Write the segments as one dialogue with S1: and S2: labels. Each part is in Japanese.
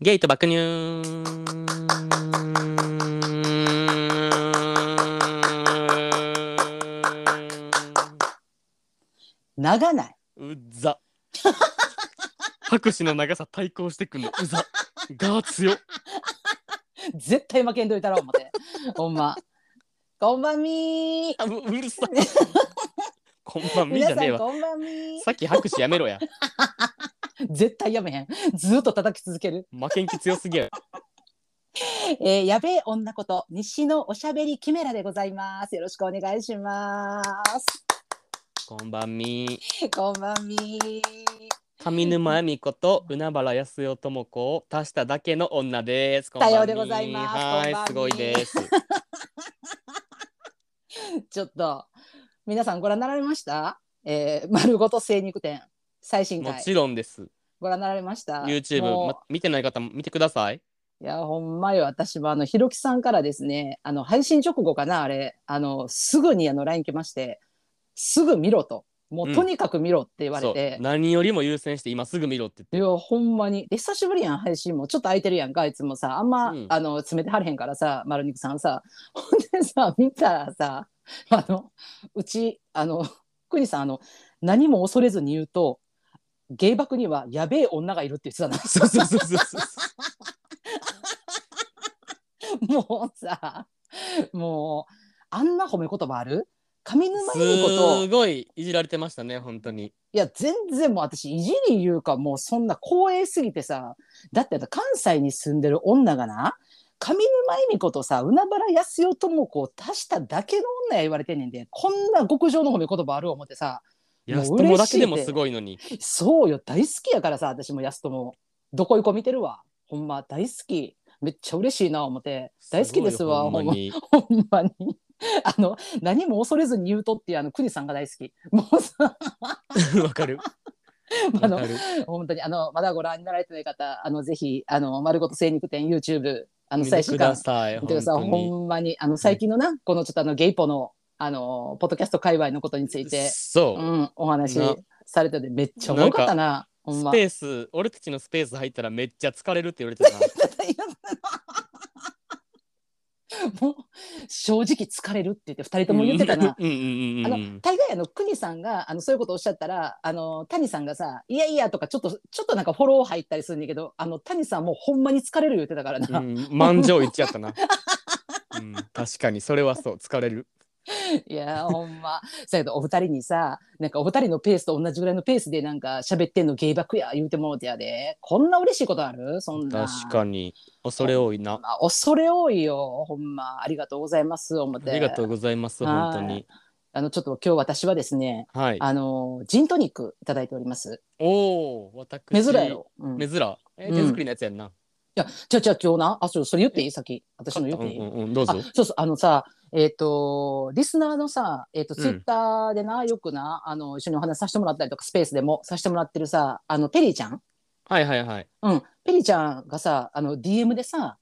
S1: ゲイと爆乳。
S2: 長ないう
S1: ざ。拍手の長さ対抗してくんのうざ。が強。
S2: 絶対負けんといたら 思ってほんまこんばんみ
S1: あううるさい。こんばん
S2: ー
S1: みじ
S2: 皆
S1: ゃ
S2: さ
S1: ねえ
S2: ん
S1: わ。
S2: こんばんみー
S1: さっき拍手やめろや。
S2: 絶対やめへんずっと叩き続ける
S1: 負けん気強すぎや。
S2: えー、やべえ女こと西のおしゃべりキメラでございますよろしくお願いします
S1: こんばんみ。
S2: こんばんみー
S1: 上沼恵美子と海原康代智子を足しただけの女です。こんば
S2: さ
S1: んみ
S2: ようでございますこんばん
S1: は
S2: み
S1: い、すごい です。
S2: ちょっと皆さんご覧になられましたえー、丸ごと精肉店最新
S1: も
S2: 回
S1: ちろんです。
S2: ご覧になられましたも
S1: YouTube、
S2: う
S1: ま見てない方も見てください。
S2: いや、ほんまよ。私も、あの、ひろきさんからですね、あの、配信直後かな、あれ、あの、すぐに、あの、LINE 来まして、すぐ見ろと。も
S1: う
S2: う、
S1: ん
S2: とにかく見ろって言われて
S1: そう。何よりも優先して今すぐ見ろ って
S2: いや、ほんまに。で久しぶりやん、配信も。ちょっと空いてるやんか、いつもさ。あんま、
S1: うん
S2: あの、詰めてはれへんからさ、丸肉さんさ。 ほんでさ、見たらさ、 あの、うち、あの、 くにさん、あの、何も恐れずに言うと、芸爆にはやべえ女がいるって言ってたな。
S1: そうそうそうそうそう。
S2: もうさ、もう、あんな褒め言葉ある上沼恵美子と、
S1: すごいいじられてましたね、本当に。
S2: いや、全然もう私、いじり言うか、もうそんな光栄すぎてさ、だってあの関西に住んでる女がな、上沼恵美子とさ、海原康代智子を足しただけの女や言われてんねんで、こんな極上の褒め言葉ある思ってさ、もう嬉し
S1: 安
S2: いで
S1: 友だけでもすごいのに。
S2: そうよ、大好きやからさ、私も安友、どこ行こ見てるわ。ほんま、大好き。めっちゃ嬉しいな、思って。大好きですわ、
S1: ごいほんまに。
S2: ほんまに。あの何も恐れずに言うとっていうあの国さんが大好き。 もうさ、
S1: わかる。
S2: あ
S1: わ
S2: の
S1: かる。
S2: 本当にあのまだご覧になられてない方、あのぜひあの丸ごと精肉店 YouTube あの
S1: 見
S2: 最
S1: て
S2: 新
S1: く
S2: 刊
S1: ださい。
S2: 見てください。
S1: 本当に
S2: ほんまにあの最近のな、このちょっとあのゲイポのあのポッドキャスト界隈のことについて、う
S1: そ
S2: ん、お話
S1: な
S2: されててめっちゃおもろかったな。
S1: う。
S2: ほん
S1: ス
S2: ま。
S1: ペース、俺たちのスペース入ったらめっちゃ疲れるって言われてたな。
S2: もう正直疲れるって言って二人とも言ってたな。
S1: うんうんうんうん
S2: あ
S1: う
S2: の
S1: ん。
S2: 大概あの国さんがあのそういうことをおっしゃったらあの谷さんがさ「いやいや」とかちょっとちょっとなんかフォロー入ったりするんだけどあの谷さんもうほんまに疲れる言ってたからな、
S1: うん満場一致やったな。うん、確かにそれはそう疲れる。
S2: いやほんまそうやけどお二人にさなんかお二人のペースと同じぐらいのペースでなんか喋ってんの芸爆や言うてもうてやでこんな嬉しいことあるそんな
S1: 確かに恐れ多いな。
S2: まあ、恐れ多いよほんまありがとうございます思って
S1: ありがとうございます
S2: はい
S1: 本当に。
S2: あのちょっと今日私はですね
S1: はい。
S2: あのジントニックいただいております
S1: おお私。
S2: 珍やろ、うん
S1: 珍。え
S2: うん
S1: 手作りのやつやんな。
S2: いや、じゃあ、じゃあ、今日な、あ、そう、それ言っていい先。私の言っ
S1: う
S2: て
S1: ん
S2: いい、
S1: うんうんどう
S2: あ
S1: ぞ。、
S2: そうそう、あのさ、えっ、と、リスナーのさ、えっ、と、
S1: うん
S2: ツイッターでな、よくな、あの、一緒にお話しさせてもらったりとか、スペースでもさせてもらってるさ、あの、ペリーちゃん
S1: はいはいはい。
S2: うん。ペリーちゃんがさ、あの、DM でさ、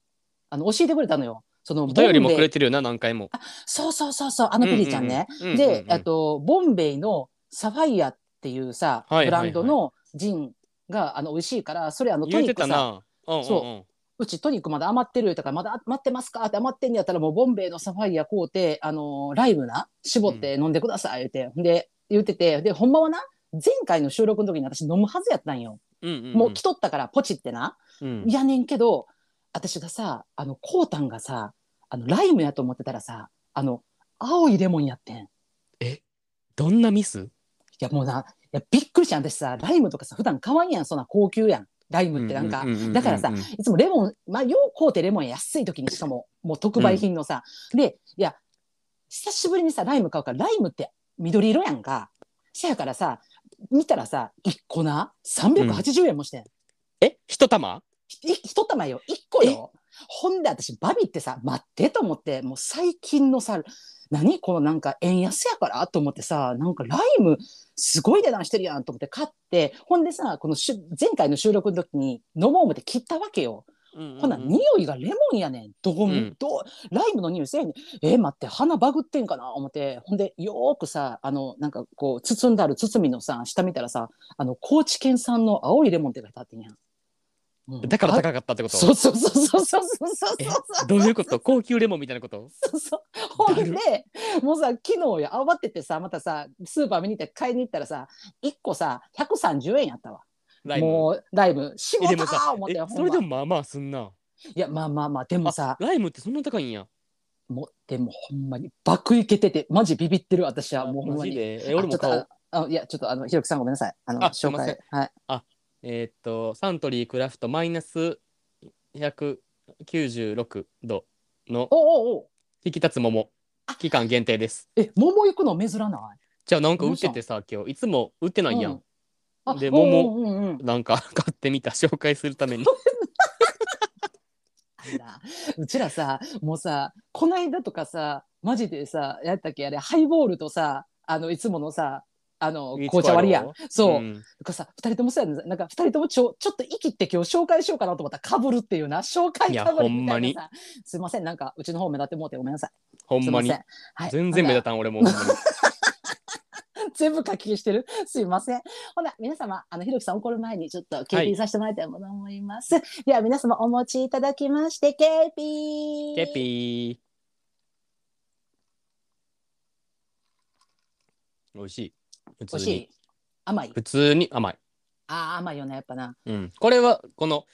S2: あの、教えてくれたのよ。その、
S1: お便りも
S2: ボンベイ
S1: くれてるよな何回も。
S2: そうそうそうそう、あのペリーちゃんね。
S1: うんうんうん。うんうん
S2: で
S1: う、ん
S2: あと、ボンベイのサファイアっていうさ、
S1: はい
S2: ブランドのジンが、あの、美味しいから、それ、あの、ト
S1: 言う
S2: ニッ
S1: て
S2: ク
S1: た
S2: さ、
S1: な。うんうんうん
S2: そううちトニックまだ余ってるとかまだ余ってますかって余ってんやったらもうボンベイのサファイア買うて、あのーライムな絞って飲んでください言うて、で言っててでほんまはな前回の収録の時に私飲むはずやったんよ、
S1: うんうんうん。
S2: もう来とったからポチってな、
S1: うん
S2: いやねんけど私がさあのコウタンがさあのライムやと思ってたらさあの青いレモンやってんい
S1: どんなミス？
S2: やもうないやびっくりした私さライムとかさ普段買わんやんそんな高級やんライムってなんか、
S1: ううううう
S2: だからさいつもレモン、まあ、よう買うてレモンや安い時にしかも、もう特売品のさ。で、いや、久しぶりにさ、ライム買うから、ライムって緑色やんか。せやからさ、見たらさ、1個な、380円もしてん。
S1: え一玉？
S2: ひ一玉よ、1個よ。ほんで私、バビってさ、待ってと思って、もう最近のさ、何このなんか円安やからと思ってさ、なんかライムすごい値段してるやんと思って買って、ほんでさ、このしゅ前回の収録の時に飲もう思って切ったわけよ。ほな、匂いがレモンやねん。どこ
S1: う
S2: に
S1: ん
S2: どうライムの匂いせえへんねん。えー待って、鼻バグってんかな思って。ほんで、よーくさ、あの、なんかこう、包んである包みのさ、下見たらさ、あの、高知県産の青いレモンって書いてあってんやん。うん
S1: だから高かったってこと
S2: そうそうそうそうそうそうそう
S1: え
S2: そう
S1: どういうこと高級レモンみたいなこと
S2: そうそうほんでもうさ昨日や慌ててさまたさスーパー見に行って買いに行ったらさ1個さ130円やったわ
S1: ライム
S2: もうライム仕
S1: え
S2: 事
S1: で
S2: だ
S1: もさ
S2: ー思っ
S1: え
S2: て
S1: そ
S2: ほん
S1: れで
S2: ま
S1: もまあまあすんない
S2: やまあまあまあでもさ
S1: ライムってそんな高いんや
S2: もうでもほんまに爆いけててマジビビってる私はもうほん
S1: マ
S2: ま
S1: ジ
S2: に
S1: でえ俺も買お
S2: あちょ
S1: う
S2: っとああいやちょっとあのひろきさんごめんなさいあの
S1: あすい
S2: 紹
S1: ません
S2: 介はい
S1: えーっとサントリークラフトマイナス196度の
S2: おうおうおう
S1: 引き立つ桃期間限定です
S2: え桃行くの珍ない
S1: じゃあなんか売っててさ今日いつも売ってないや
S2: うん
S1: ん、
S2: あ
S1: で
S2: おう
S1: 桃
S2: うんうんうん
S1: なんか 買ってみた紹介するために
S2: あんなうちらさもうさこないだとかさマジでさやったっけあれハイボールとさあのいつものさあの
S1: いつも
S2: 紅茶割りや
S1: ある
S2: ん
S1: よ
S2: そう、
S1: ん
S2: とかさ2人ともそうやねなんか2人ともちょちょっと息って今日紹介しようかなと思ったらかぶるっていうな紹介かぶるみたい
S1: い
S2: なさすいませんなんかうちの方目立ってもうてごめんなさい
S1: ほんまに
S2: すいせはい、
S1: 全然目立
S2: た
S1: たん俺もうほんまに
S2: 全部書き消してるすいませんほな皆様あのひろきさん怒る前にちょっと KP させてもらいたいもの思います、では皆様お持ちいただきまして KP
S1: ケピー美味しい普
S2: 美
S1: 通
S2: 味し
S1: に
S2: い甘い
S1: 普通に甘い、
S2: あー甘いよねやっぱな
S1: うん、これはこの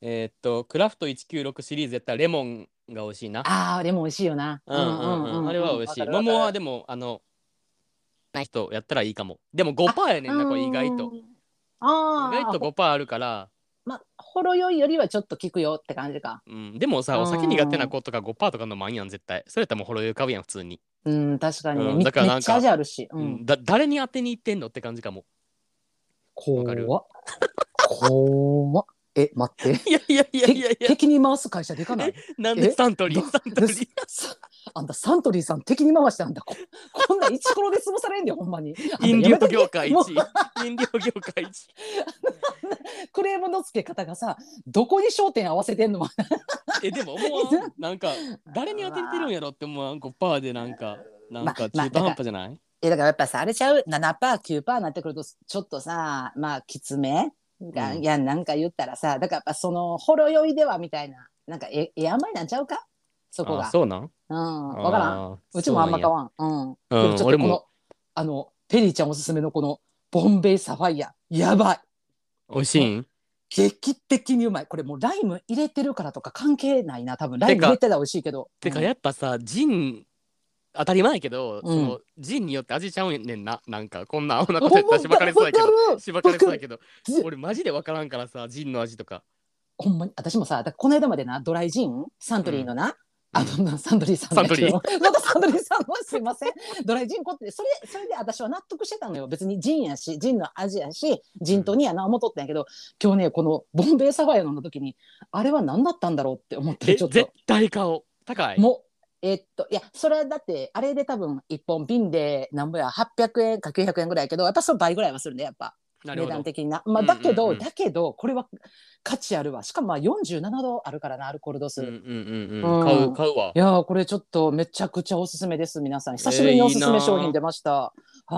S1: えーっとクラフト196シリーズやったらレモンが美味しいな
S2: あーでも美味しいよな
S1: うんうんうんあれは美味しい
S2: わかるわかる
S1: 桃はでもあのない人やったらいいかもでも5%やねんなこれ意外と
S2: うん
S1: 意
S2: ああ
S1: 外と5%あるから
S2: まあ、ほろ酔いよりはちょっと効くよって感じか。
S1: うん、でもさ、
S2: うん
S1: お酒苦手な子とか5%とかのマンやん絶対それやったらもうほろ酔い買うやん普通に、
S2: うん、確かにね。
S1: うん
S2: め
S1: だから
S2: め
S1: な
S2: っ
S1: ん
S2: ちゃ
S1: か
S2: 味あるし。う。
S1: うんんだ誰に当てに行ってんのって感じかも わ
S2: 怖
S1: かる
S2: っ。怖っ。 え、待って。
S1: いやいやいやいやい
S2: て
S1: や
S2: 敵に回す会社でかない
S1: なん
S2: え
S1: でサントリー
S2: ど
S1: サントリー
S2: さあんたサントリーさん敵に回してあんたここんなんイチコロで潰されんでほんまに。あんた
S1: 飲
S2: やめ
S1: 料
S2: とけ
S1: 業界一
S2: もう
S1: 飲料業界一
S2: クレームのつけ方がさどこに焦点合わせてんの
S1: えでも思わんなんか誰に当ててるんやろって思わん5%でなんかなんか
S2: まあ
S1: 中途半端じゃない、
S2: えだからやっぱさあれちゃう7パー9パーなってくるとちょっとさまあきつめが、
S1: うん
S2: いやなんか言ったらさだからやっぱそのほろ酔いではみたいななんかえええ甘いなんちゃうかそこ
S1: あ
S2: が
S1: そうなん
S2: うんわからん
S1: ん
S2: うちもあんま買
S1: ん
S2: わんうん、
S1: や
S2: で
S1: う
S2: も
S1: ん
S2: ちょっ
S1: 俺
S2: と
S1: も
S2: このあのペリーちゃんおすすめのこのボンベイサファイアやばい
S1: 美味しいん
S2: 劇的にうまいこれもうライム入れてるからとか関係ないな多分ライム
S1: てか
S2: 入れてたら美味しいけど
S1: てか
S2: うん
S1: やっぱさジン当たり前やけど、
S2: う
S1: そ
S2: ん
S1: のジンによって味ちゃうねんななんかこんなお腹
S2: ほん
S1: 減った
S2: ま
S1: らしばかれそうやけ
S2: わ
S1: ど
S2: かる
S1: しばかれそうやけど
S2: ず
S1: 俺マジで分からんからさジンの味とか
S2: ほんまに私もさだからこの間までなドライジンサントリーのな、あのなサントリーさんだけど
S1: サ
S2: またサントリーさんもすいませんドライジンこってそれそれで私は納得してたのよ別にジンやしジンの味やしジントニーやな思っとったんやけど今日ねこのボンベイサファイア飲んだ時にあれは何だったんだろうって思って
S1: え
S2: ちょっ
S1: 絶
S2: と
S1: 対顔高い
S2: もうえっといやそれはだってあれで多分1本瓶でなんぼや800円か900円ぐらいやけどやっぱその倍ぐらいはするんでやっぱ
S1: なる
S2: 値
S1: ほ
S2: 段
S1: ど
S2: 的にな、まあ、
S1: うんうん
S2: だ
S1: うん
S2: けど、だけどこれは価値あるわしかもまあ47度あるからなアルコール度数、
S1: うんう
S2: い
S1: ん
S2: う
S1: うんん買う買うわ
S2: やーこれちょっとめちゃくちゃおすすめです皆さん久しぶりにおすすめ商品出ました、は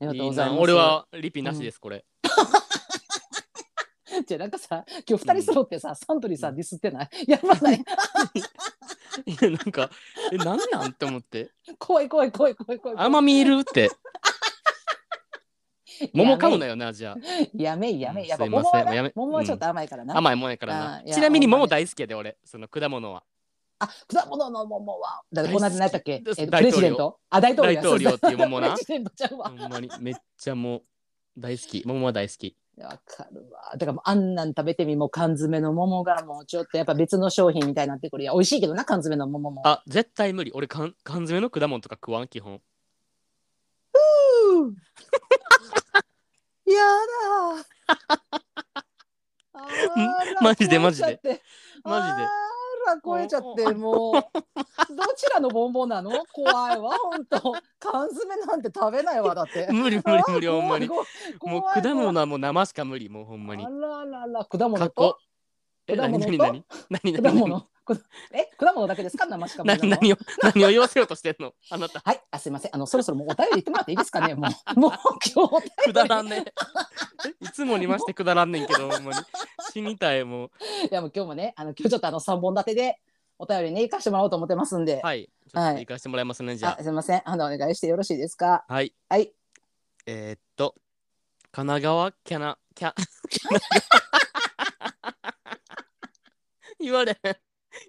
S2: いありがとうございます
S1: な俺はリピなしですこれ、
S2: じゃあなんかさ今日二人揃ってさ、サントリーさんディスってない やばな い
S1: いやなんかえなんなんって思って
S2: 怖い怖い怖い怖い怖い
S1: 甘みいる って桃買う
S2: よ
S1: なよなじゃ
S2: やめいやめいやっぱ
S1: うんすいま
S2: 桃
S1: せん
S2: はな
S1: やめ
S2: 桃はちょっと甘いからな、
S1: あ甘いもんやから
S2: あ
S1: ない
S2: や
S1: ちなみに
S2: ほんまに
S1: 桃大好きやで俺その果物は
S2: あ果物の桃はだからこの間何やったっけ、
S1: 大好き
S2: えっとプ
S1: 大統領
S2: レジデントあ大統領や
S1: 大統領っていう桃な
S2: プレジデントちゃうわ
S1: ほんまにめっちゃもう大好き桃は大好き
S2: わかるわ。だからもうあんなん食べてみもう缶詰の桃がもうちょっとやっぱ別の商品みたいになってくるや美味しいけどな缶詰の桃も。
S1: あ絶対無理俺かん缶詰の果物とか食わん基本
S2: うー やだ。あら
S1: マジでマジで
S2: 超えちゃって
S1: マジで
S2: あら超えちゃってもうどちらのボンボンなの怖いわ本当缶詰なんて食べないわだっ て。
S1: 無理 無理無理ほんまに
S2: も
S1: もう果物はもう生しか無理もうほんまに
S2: あららら果物
S1: 過
S2: と
S1: 去え
S2: 果
S1: 何
S2: 物と
S1: 何何何何
S2: 果
S1: 何
S2: 物 え、果物だけですか生しかも
S1: な
S2: なの
S1: 何を何を言わせようとしてんのあなた
S2: はい、あ、すいません。あの、そろそろもうお便り言ってもらっていいですかね。もう、 もう今日お便り
S1: くだらんね いつもにましてくだらんねんけどほんまに死にたいもう
S2: いや、もう今日もね、あの、今日ちょっとあの三本立てで。お便りね、行かしてもらおうと思ってますんで。
S1: はいちょっと行かせてもらいますね、じゃ
S2: あ、すいません。あの、お願いしてよろしいですか。
S1: あはい
S2: はい。
S1: えー、っと神奈川キャナキャ 言われへん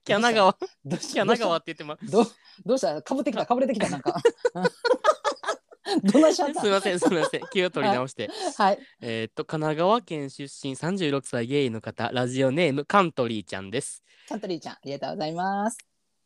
S1: キャナ川キ
S2: どうし
S1: ャ
S2: どう
S1: ナ
S2: した
S1: 川って言ってます
S2: どう、どうした、かぶってきた、かぶれてきた、なんか。 どんなしちゃっ
S1: すいませんすいません気を取り直して
S2: た。はい。
S1: えーっと神奈川県出身36歳ゲイの方ラジオネームカントリーちゃんです
S2: カントリーちゃん、ありがとうございます。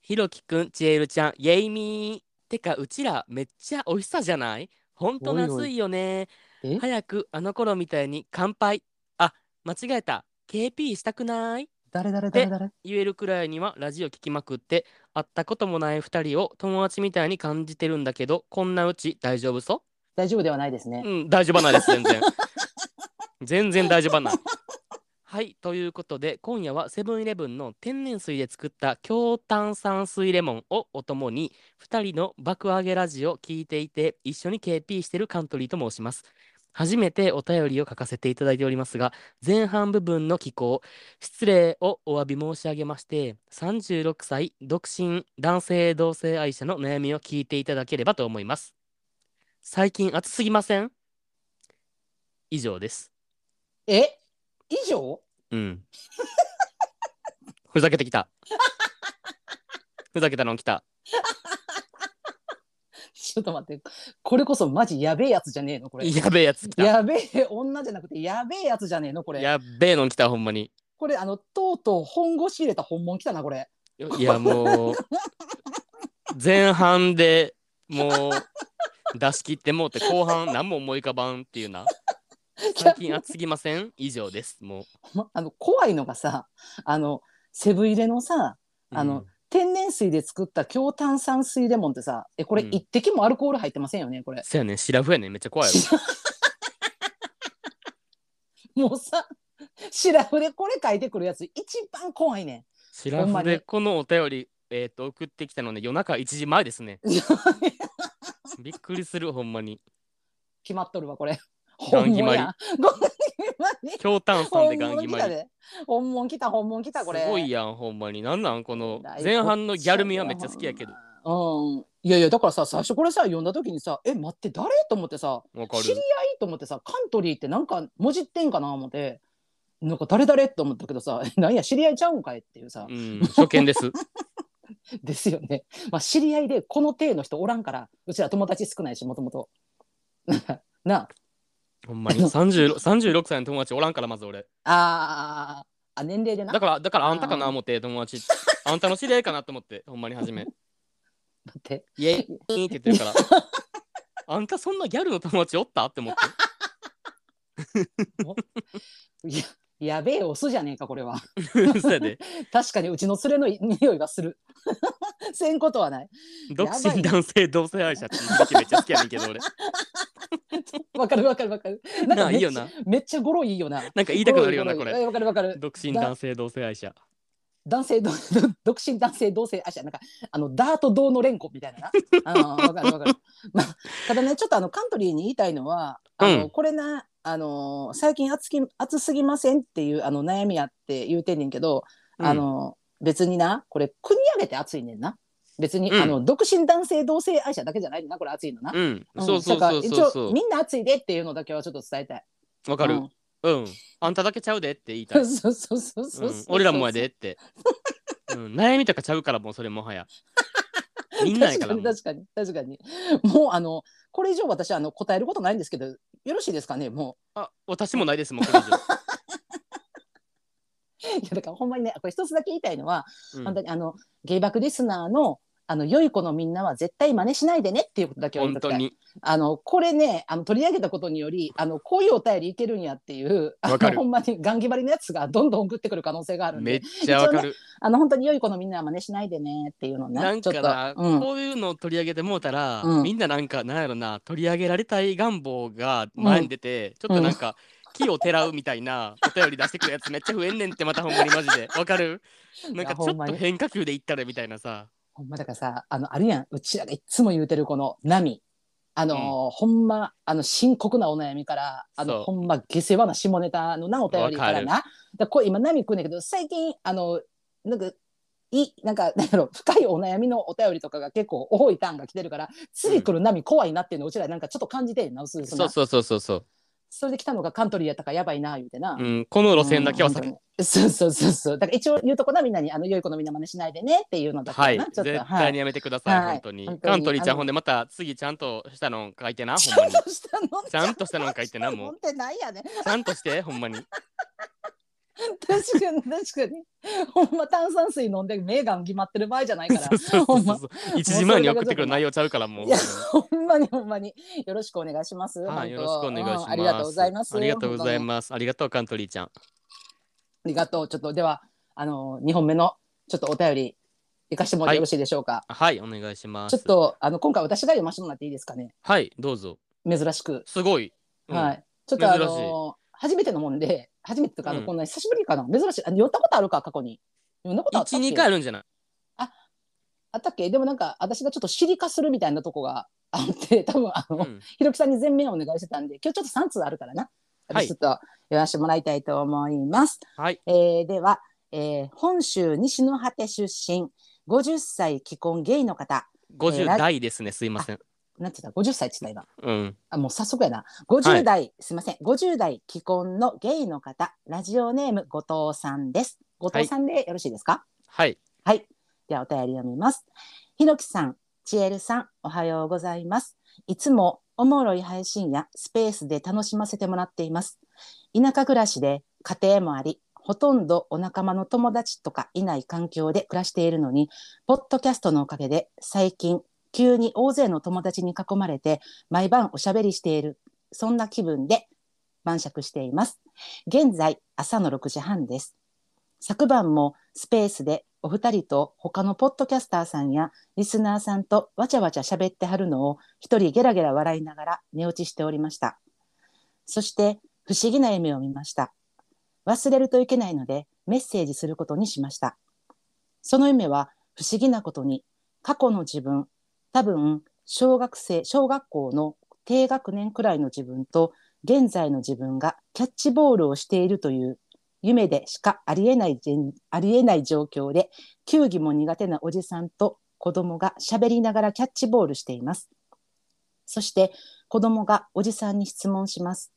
S1: ひろきくん、ちえるちゃん、イェイミー。てか、うちらめっちゃ美味しさじゃないほんと
S2: おいおい
S1: 夏いよね。
S2: え
S1: 早くあの頃みたいに乾杯。あ、間違えた。KP したくない
S2: 誰誰誰誰。
S1: 言えるくらいにはラジオ聞きまくって、会ったこともない二人を友達みたいに感じてるんだけど、こんなうち大丈夫そ
S2: 大丈夫ではないですね。
S1: うん、大丈夫ないです、全然。 全然大丈夫ない。はい、ということで、今夜はセブンイレブンの天然水で作った強炭酸水レモンをお供に、2人の爆上げラジオを聞いていて、一緒に KP してるカントリーと申します。初めてお便りを書かせていただいておりますが、前半部分の寄稿、失礼をお詫び申し上げまして、36歳、独身、男性同性愛者の悩みを聞いていただければと思います。最近暑すぎません以上です。
S2: え。以上。
S1: うん。 ふざけてきた。ふざけたの来た。
S2: ちょっと待って。これこそ、マジやべえやつじゃねえの、これ。
S1: やべえやつ来た。
S2: やべえ女じゃなくてやべえやつじゃねえのこれ
S1: やっべえの来た、ほんまに。
S2: これあのとうとう本腰入れた本物来たなこれ
S1: いや、 もう、前半でもう、出し切ってもうて、後半何も思い浮かばんっていうな。最近暑すぎません以上です。もう。
S2: まあの怖いのがさあのセブン入れのさあの天然水で作った強炭酸水レモンってさえこれ
S1: うん
S2: 一滴もアルコール入ってませんよねこれ
S1: そやねん、シラフやねん、めっちゃ怖いやろ。
S2: もうさシラフでこれ書いてくるやつ一番怖いね
S1: シラフ
S2: ほんま
S1: で
S2: に
S1: このお便り、えっと、送ってきたので、夜中1時前ですね。
S2: ん
S1: びっくりする、ほんまに。
S2: 決まっとるわこれ
S1: ガン決まり
S2: や ガン決まり
S1: 強炭酸で
S2: 本
S1: ガン
S2: 物
S1: 決
S2: 来
S1: ま
S2: た
S1: り。
S2: で本物来た本物来たこれ
S1: すごいやん、ほんまに。なんなん、この
S2: 大
S1: 前半のギャルミはめっちゃ好きやけど。
S2: うん、いやいやだからさ最初これさ読んだ時にさ「え待って誰?」と思ってさ
S1: わか
S2: 知り合
S1: る
S2: い。と思ってさカントリーってなんか文字ってんかな思ってなんか誰誰って思ったけどさ「えなんや知り合いちゃうんかい」っていうさ、
S1: うん、初見です。
S2: ですよね、まあ、知り合いでこの体の人おらんからうちら友達少ないしもともとな
S1: ほんまに。30 36歳の友達おらんから、まず俺。
S2: ああーあ年齢でな
S1: だから、だからあんたかな
S2: あー
S1: 思って、友達。あんたの知り合いかなと思って、ほんまに初め。
S2: 待って
S1: イエイイーって言ってるから。 あんたそんなギャルの友達おったって思って。
S2: ややべえオスじゃねえかこれは
S1: そ やで。
S2: 確かにうちの連れの匂いがする せんことはない
S1: 独
S2: やば
S1: 身
S2: い
S1: 男性同性愛者って響きめっちゃ好きやねんけど、俺。
S2: わかるわかるわかる。な ん
S1: なあ、
S2: かめ
S1: い
S2: っ
S1: い
S2: ち
S1: よ
S2: ゃ
S1: な。
S2: めっちゃゴロいいよな。
S1: なんか言いたくなるよな、こ
S2: ゴロい
S1: れ。
S2: ゴロいわかるわかる。
S1: 独身男性同性愛者。
S2: 男性ど 独身男性同性あじゃあなんかあのダート同の連呼みたいなな。あーわかるわかる。まあただねちょっとあのカントリーに言いたいのはあの、
S1: うん
S2: これなあの最近暑き暑すぎませんっていうあの悩みやって言うてんねんけど、あの別になこれ組み上げて暑いねんな。別に、
S1: うん
S2: あの独身男性同性愛者だけじゃないねんなこれ暑いのな。
S1: うん、
S2: ん
S1: そうそうそうそ
S2: だから
S1: う
S2: 一
S1: そ
S2: 応みんな暑いでっていうのだけはちょっと伝えたい。
S1: う。わか
S2: う
S1: る
S2: ん。
S1: うん。あんただけちゃうでって言いたい。
S2: そうそうそうそうう、
S1: ん俺らもやでって。うん、悩みとかちゃうからもうそれもは や。みんなやからもう。
S2: 確かに確かに確かにもうあのこれ以上私あの答えることないんですけどよろしいですかねも
S1: あ、私もないですもん、こ れ以
S2: う いやだからほんまにねこれ一つだけ言いたいのは、
S1: 上
S2: 本当にあのゲイバクリスナーのあの良い子のみんなは絶対真似しないでねっていうことだけ
S1: う
S2: は
S1: ん
S2: 言
S1: 本
S2: いと
S1: 当
S2: きたい
S1: に。
S2: あのこれねあの取り上げたことによりあのこういうお便りいけるんやっていうあ
S1: わか
S2: の
S1: る
S2: ほんまにガンギバリのやつがどんどん送ってくる可能性があるん
S1: めっ
S2: で
S1: ちゃわかる。
S2: あの本当に良い子のみんなは真似しないでねっていうのね
S1: なんかな、
S2: ちょっと、うん、
S1: こういうのを取り上げてもうたら、
S2: うん
S1: みんななんか、なんやろな、取り上げられたい願望が前に出て、ちょっとなんか、木をてらうみたいなお便り出してくるやつめっちゃ増えんねんってまたほんまにマジでわかるなんか
S2: いや
S1: ちょ
S2: ほん
S1: っ
S2: ま
S1: と
S2: に
S1: 変化球でいったらみたいなさ
S2: ほんまだからさあのあるやんうちらがいつも言うてるこの波あのーほんまあの深刻なお悩みからあ
S1: そう
S2: のほんま下世話な下ネタのなお便りからなだからこれ今波来んねんけど最近あのなんかいなんかなんやろ深いお悩みのお便りとかが結構多いターンが来てるから次来る波怖いなっていうのをうちらなんかちょっと感じてんなそそ
S1: そうそうそうそうそう、
S2: それで来たのがカントリーやったからやばいな言うてな。
S1: うん、この路線だけは避け
S2: うんそうそうそうそうだから一応言うとこなみんなにあの良い子のみんな真似しないでねっていうのだけ
S1: はい
S2: な、
S1: 絶対にやめてください、
S2: はい
S1: 本当に
S2: 本当に
S1: カントリーちゃ
S2: あ
S1: ん
S2: の
S1: ほんでまた次ちゃんとしたの書いてなほ
S2: ち
S1: んま
S2: ゃん
S1: に
S2: としたの
S1: ちゃんとしたの書いてなもう
S2: ちゃんとしたのってないやね。
S1: ちゃんとしてほんま に
S2: 確かに確かに。ほんま炭酸水飲んで目が決まってる場合じゃない か
S1: そうそう
S2: ら。
S1: そう
S2: ほんま
S1: そう1時前に送ってくる内容ちゃうからもう
S2: いやほんまにほんまによろしくお願いします。
S1: はい、
S2: 本
S1: よ
S2: 当
S1: ろしくお願いします、
S2: うんありがとうございます。
S1: ありがとうござい
S2: 本当にあ
S1: ますありがとうカントリーちゃん
S2: りがとう。ちょっとではあの二本目のちょっとお便り行かしてもらってよろしいでしょうか。
S1: はいお願いします
S2: ちょっとあの今回私が読ませてもらっていいですかね。
S1: はいどうぞ
S2: 珍しく。
S1: すごい、うん
S2: はい。ちょっとあ
S1: 珍し
S2: の初めてのもんで初めてとかあの、
S1: うん
S2: こんな久しぶりかな珍しいあの寄ったことあるか過去に。寄ったことあったっけ
S1: 12回あるんじゃない
S2: あったっけでもなんか私がちょっとシリ化するみたいなとこが あって多分あの、
S1: うん
S2: ひろきさんに全面お願いしてたんで今日ちょっと3通あるからな
S1: はい
S2: 私ちょっと言わせてもらいたいと思います、
S1: はい
S2: えーでは、えー本州西の果て出身50歳既婚ゲイの方えー
S1: 50
S2: ラ
S1: 代ですねすいません
S2: なんて言った50歳って言った今
S1: うん
S2: あもう早速やな50代、すいません50代既婚のゲイの方ラジオネーム後藤さんです後藤さんでよろしいですか、
S1: はい
S2: はい。ではお便り読みます。ひろきさん、ちえるさん、おはようございます。いつもおもろい配信やスペースで楽しませてもらっています。田舎暮らしで家庭もあり、ほとんどお仲間の友達とかいない環境で暮らしているのに、ポッドキャストのおかげで最近急に大勢の友達に囲まれて毎晩おしゃべりしている、そんな気分で晩酌しています。現在朝の6時半です。昨晩もスペースでお二人と他のポッドキャスターさんやリスナーさんとわちゃわちゃ喋ってはるのを一人ゲラゲラ笑いながら寝落ちしておりました。そして不思議な夢を見ました。忘れるといけないのでメッセージすることにしました。その夢は不思議なことに過去の自分、多分小学生、小学校の低学年くらいの自分と現在の自分がキャッチボールをしているという夢でしかありえないじんありえない状況で球技も苦手なおじさんと子供が喋りながらキャッチボールしていますそして子供がおじさんに質問します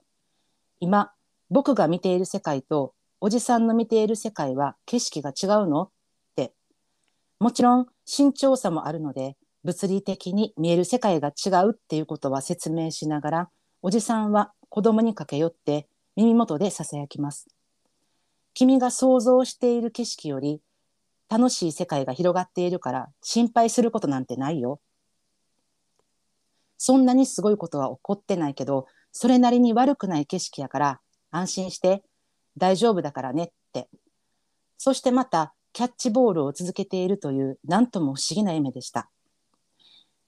S2: 今僕が見ている世界とおじさんの見ている世界は景色が違うのってもちろん身長差もあるので物理的に見える世界が違うっていうことは説明しながらおじさんは子供に駆け寄って耳元でささやきます君が想像している景色より楽しい世界が広がっているから心配することなんてないよ。そんなにすごいことは起こってないけど、それなりに悪くない景色やから安心して大丈夫だからねって。そしてまたキャッチボールを続けているという何とも不思議な夢でした。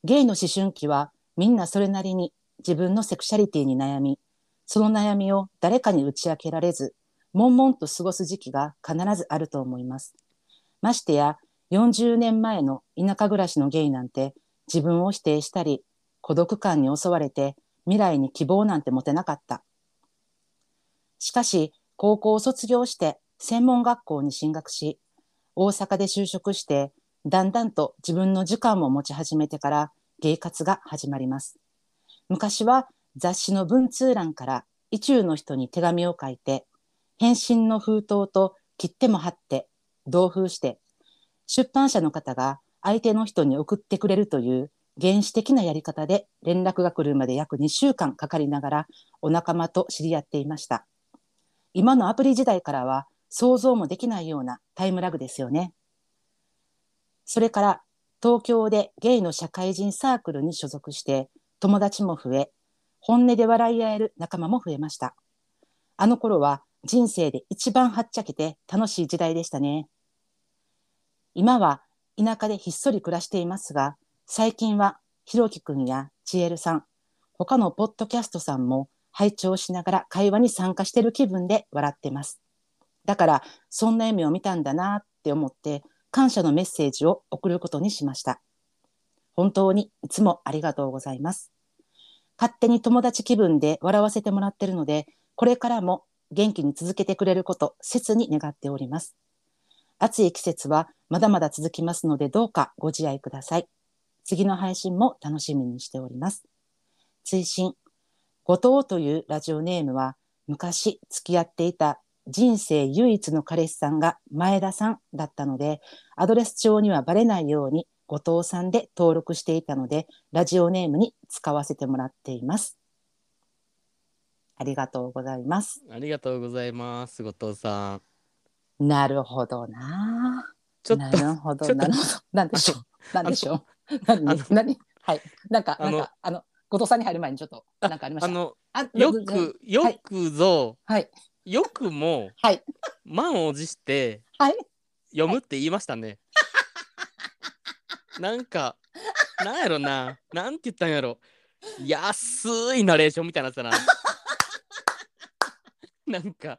S2: ゲイの思春期はみんなそれなりに自分のセクシャリティに悩み、その悩みを誰かに打ち明けられず、悶々と過ごす時期が必ずあると思います。ましてや40年前の田舎暮らしのゲイなんて自分を否定したり孤独感に襲われて未来に希望なんて持てなかった。しかし高校を卒業して専門学校に進学し大阪で就職してだんだんと自分の時間も持ち始めてからゲイ活が始まります。昔は雑誌の文通欄から意中の人に手紙を書いて返信の封筒と切っても貼って同封して出版社の方が相手の人に送ってくれるという原始的なやり方で連絡が来るまで約2週間かかりながらお仲間と知り合っていました今のアプリ時代からは想像もできないようなタイムラグですよねそれから東京でゲイの社会人サークルに所属して友達も増え本音で笑い合える仲間も増えましたあの頃は人生で一番はっちゃけて楽しい時代でしたね。今は田舎でひっそり暮らしていますが、最近はひろきくんやちえるさん、他のポッドキャストさんも拝聴しながら会話に参加してる気分で笑ってます。だからそんな夢を見たんだなって思って感謝のメッセージを送ることにしました。本当にいつもありがとうございます。勝手に友達気分で笑わせてもらってるので、これからも元気に続けてくれること切に願っております。暑い季節はまだまだ続きますのでどうかご自愛ください。次の配信も楽しみにしております。追伸後藤というラジオネームは昔付き合っていた人生唯一の彼氏さんが前田さんだったのでアドレス帳にはバレないように後藤さんで登録していたのでラジオネームに使わせてもらっています。ありがとうございます。
S1: ありがとうございます、後藤さん。
S2: なるほどな。
S1: ちょっ
S2: な
S1: と、
S2: るほど
S1: ちょっと
S2: なるほど。なんでしょう。なんでしょう。何
S1: あの
S2: 何はい。なんか
S1: あ
S2: な
S1: の
S2: んかあの後藤さんに入る前にちょっとなんかありまし
S1: あ
S2: た。
S1: の、
S2: あ
S1: よ
S2: どうぞ
S1: く、よくぞ、
S2: はい
S1: よくも、
S2: はい
S1: 満を持して
S2: はい。
S1: 読むって言いましたね。なんか、なんやろな、なんて言ったんやろ。安いナレーションみたいなやつだな。 なんか、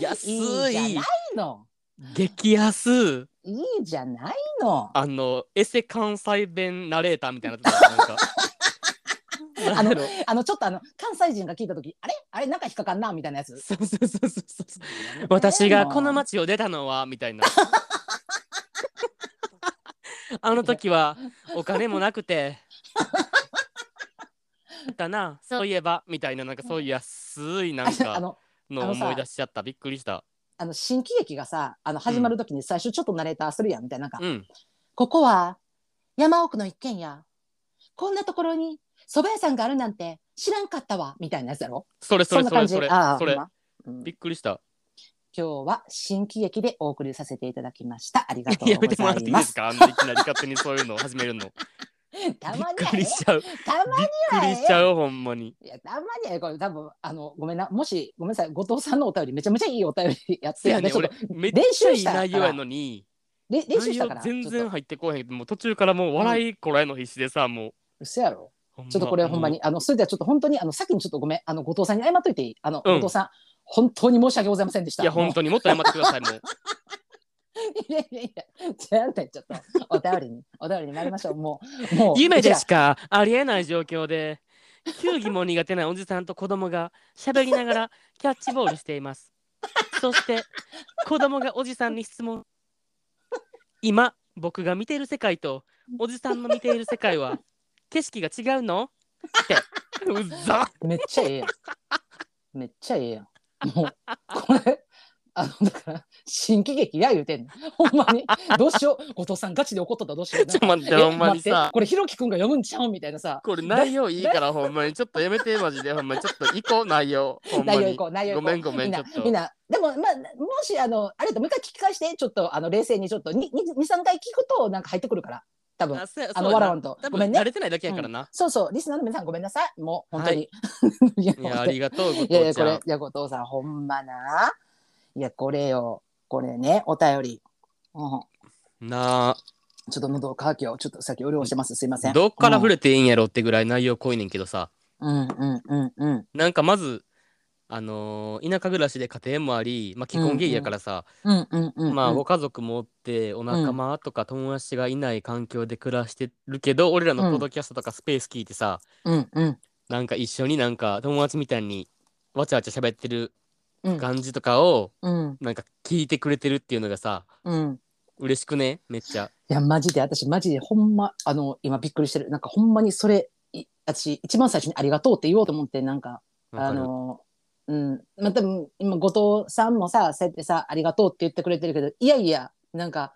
S1: 安
S2: いいじゃない
S1: い、
S2: の。
S1: 激安。
S2: いいじゃない の。
S1: あのエセ関西弁ナレーターみたいになってたなんかな
S2: あの
S1: んやろ
S2: あのちょっとあの関西人が聞いた時あれあれなんか引っかかんなみたいなやつ。
S1: そうそうそうそうそう私がこの町を出たのはみたいな あの時はお金もなく てだなそういえばみたいななんかそういう安いなん
S2: あ
S1: か
S2: のあ
S1: の
S2: のさ
S1: 思い出しちゃったびっくりした
S2: あの新喜劇がさあの始まる時に最初ちょっとナレーターするやんみたいななんか、
S1: うん
S2: ここは山奥の一軒家こんなところに蕎麦屋さんがあるなんて知らんかったわみたいなやつだろ
S1: それそ
S2: そ
S1: れ
S2: んな
S1: そ
S2: 感
S1: れ
S2: じ
S1: それ
S2: ああ
S1: それ
S2: ほんまうん
S1: びっくりした
S2: 今日は新喜劇でお送りさせていただきましたありがとう
S1: や
S2: ご
S1: めても
S2: ざ
S1: らってい
S2: い
S1: い
S2: ま
S1: です
S2: す
S1: かあのいきなり勝手にそういうのを始めるの
S2: た
S1: び
S2: ま
S1: っ
S2: には
S1: くり
S2: ね
S1: しちゃう
S2: たま
S1: びっくりしちゃうほんまに
S2: いやたまにはねこれ多分あのごめんなもしごめんなさい後藤さんのお便りめちゃめちゃいいお便りやっ
S1: せ
S2: て
S1: や
S2: や
S1: ね
S2: ねちょっ
S1: 俺
S2: と
S1: めっ
S2: 練
S1: ちゃ
S2: 習
S1: いい
S2: したから
S1: 内容やのに
S2: れ練習したから
S1: 内容全
S2: ちょ
S1: 然
S2: っと
S1: 入ってこへんけどもう途中からもう笑いこらえの必死でさもう
S2: 嘘やろ
S1: ほま
S2: ちょっとこれほんまに、あのそれではちょっと本当にあの先にちょっとごめんあの後藤さんに謝っといていいあの、
S1: うん
S2: 後藤さん本当に申し訳ございませんでした
S1: いや本当にもっと謝ってくだ さいもう
S2: いやいやいや、じゃあね、ちょっとお便りに、お便りに参りましょう。もう、もう。
S1: 夢でしかありえない状況で球技も苦手なおじさんと子供が喋りながらキャッチボールしていますそして子供がおじさんに質問今僕が見ている世界とおじさんの見ている世界は景色が違うのってうっざ
S2: う。めっちゃええやん。めっちゃええやん。もう、これ、あの、だから、新喜劇や言うてんの。ほんまに。どうしよう。後藤さん、ガチで怒っとったらどうしよ う。
S1: ちょっと待って
S2: なんか
S1: ほんまに
S2: え待っ
S1: さ
S2: てこれ、ひろきくんが読むんちゃうみたいなさ。
S1: これ内容いいからほんまにちょっとやめてマジでほんまにちょっと行こう内容ほんま
S2: 内容い
S1: に
S2: こう、内容いこう。
S1: ごめんごめん
S2: みんな
S1: ちょっと、
S2: みんな、でも、まあ、もし、あの、あれだと、もう一回聞き返して、ちょっと、あの、冷静に、ちょっと、に、に、二、三回聞くと、なんか入ってくるから。多分。
S1: あそうやそ
S2: あ
S1: う
S2: の、
S1: や
S2: わ
S1: な
S2: らわんと
S1: 多。
S2: ご
S1: 分
S2: めんね
S1: 慣。れてないだけやからな、
S2: そうそう、リスナーの皆さんごめんなさい。もう本当に。い、や
S1: い やありがとう後
S2: いやいや
S1: 藤ち
S2: こ
S1: ゃ
S2: れ
S1: ん、
S2: いや、後藤さん、ほんまな。いや、これよ、これね、お便り。うん、
S1: な
S2: ちょっと喉乾きを、ちょっとさっき潤してます。すいませ
S1: あ
S2: ん。
S1: どっから触
S2: れ、
S1: れていいんやろってぐらい内容濃いねんけどさ
S2: うん、うん、うん、うん、
S1: なんかまずあのー田舎暮らしで家庭もあり、まあ、既婚ゲイやからさ、
S2: うん、うん、うん。
S1: まあご家族もおってお仲間とか友達がいない環境で暮らしてるけど、俺らのポッドキャストとかスペース聞いてさ、
S2: うん、うん、
S1: なんか一緒になんか友達みたいにわちゃわちゃ喋ってる
S2: うん
S1: 感じとかを
S2: うん、
S1: なんか聞いてくれてるっていうのがさ
S2: うん。
S1: 嬉しくねめっちゃ
S2: いや、マジで、私、マジで、ほんま、あの、今びっくりしてる。なんか、ほんまに、それ、い私、一番最初にありがとうって言おうと思って、なんか、
S1: わ
S2: あ
S1: かる
S2: の、うん、まあ、多分今、後藤さんもさ、そうやってさ、ありがとうって言ってくれてるけど、いやいや、なんか、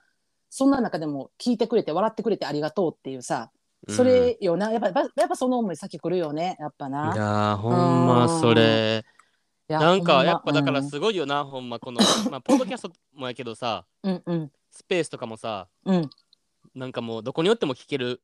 S2: そんな中でも聞いてくれて、笑ってくれてありがとうっていうさ、それよな、やっぱ、やっぱやっぱその思い先来るよね、やっぱ
S1: うんい
S2: な。
S1: やーほんまそれ
S2: いや
S1: なん
S2: ほ
S1: か
S2: ま
S1: やっぱだからすごいよなほんま このまあポッドキャストもやけどさ
S2: うんうん
S1: スペースとかもさ
S2: うん
S1: なんかもうどこにおっても聞ける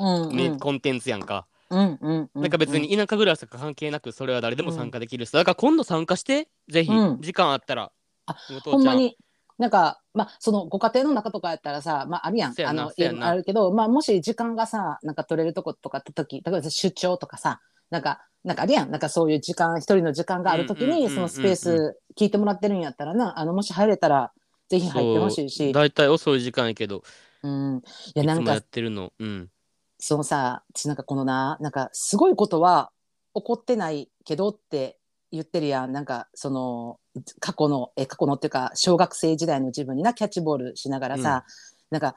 S2: うんうん
S1: ねコンテンツやんか
S2: うんうんうん
S1: なんか別に田舎暮らしとか関係なくそれは誰でも参加できるしだから今度参加してぜひ
S2: うん
S1: 時間あったら
S2: あ
S1: 後藤
S2: ほん
S1: ち
S2: ま
S1: ゃん
S2: になんかまあそのご家庭の中とかやったらさまああるやん
S1: せや
S2: あ
S1: な
S2: の
S1: せやな
S2: あるけどまあもし時間がさなんか取れるとことかって時だから出張とかさなんかなんかあれやんなんかそういう時間一人の時間がある時
S1: うんうんうんうん
S2: に
S1: うん
S2: そのスペース聞いてもらってるんやったらなあのもし入れたらぜひ入ってほしいし、
S1: だいたい遅い時間やけど、
S2: うん、いや
S1: い
S2: な
S1: つ
S2: ん
S1: もや
S2: か
S1: ってるの。うん。
S2: そのさ私なんかこのななんかすごいことは起こってないけどって言ってるやんなんかその過去のえ過去のっていうか小学生時代の自分になキャッチボールしながらさ、なんか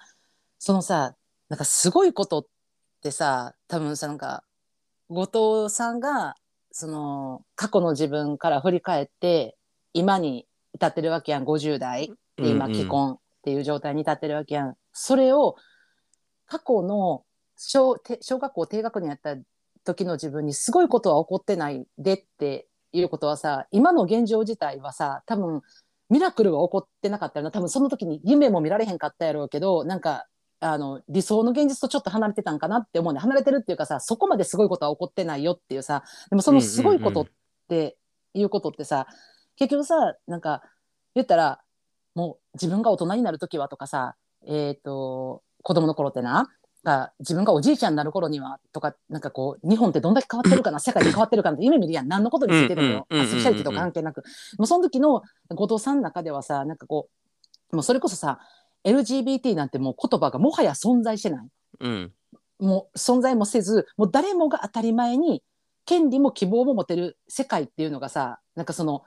S2: そのさなんかすごいことってさ多分さなんか後藤さんがその過去の自分から振り返って今に至ってるわけやん50代。で今
S1: うんうん
S2: 既婚っていう状態に立ってるわけやん、それを過去の小て小学校低学年やった時の自分にすごいことは起こってないでっていうことはさ今の現状自体はさ多分ミラクルは起こってなかったよな多分その時に夢も見られへんかったやろうけどなんかあの理想の現実とちょっと離れてたんかなって思うね離れてるっていうかさそこまですごいことは起こってないよっていうさでもそのすごいことっていうことってさ、結局さなんか言ったらもう自分が大人になる時はとかさえっ、と子供の頃ってなが自分がおじいちゃんになる頃にはとかなんかこう日本ってどんだけ変わってるかな世界って変わってるかなって夢見るやん何のことについてで
S1: う
S2: も
S1: んうんうんうんうん
S2: アソシャリティとか関係なくもうその時の後藤さんの中ではさなんかこうもうそれこそさ LGBT なんてもう言葉がもはや存在してない
S1: うん。
S2: もう存在もせずもう誰もが当たり前に権利も希望も持てる世界っていうのがさなんかその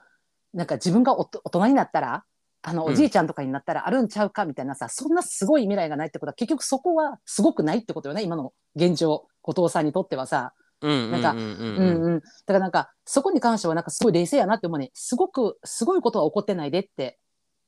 S2: なんか自分がおと大人になったらあの
S1: うん
S2: おじいちゃんとかになったらあるんちゃうかみたいなさ、そんなすごい未来がないってことは結局そこはすごくないってことよね今の現状後藤さんにとってはさ、
S1: うん。
S2: なんか
S1: うんう
S2: うんん
S1: う
S2: うんんだからなんかそこに関してはなんかすごい冷静やなって思うねすごくすごいことは起こってないでって。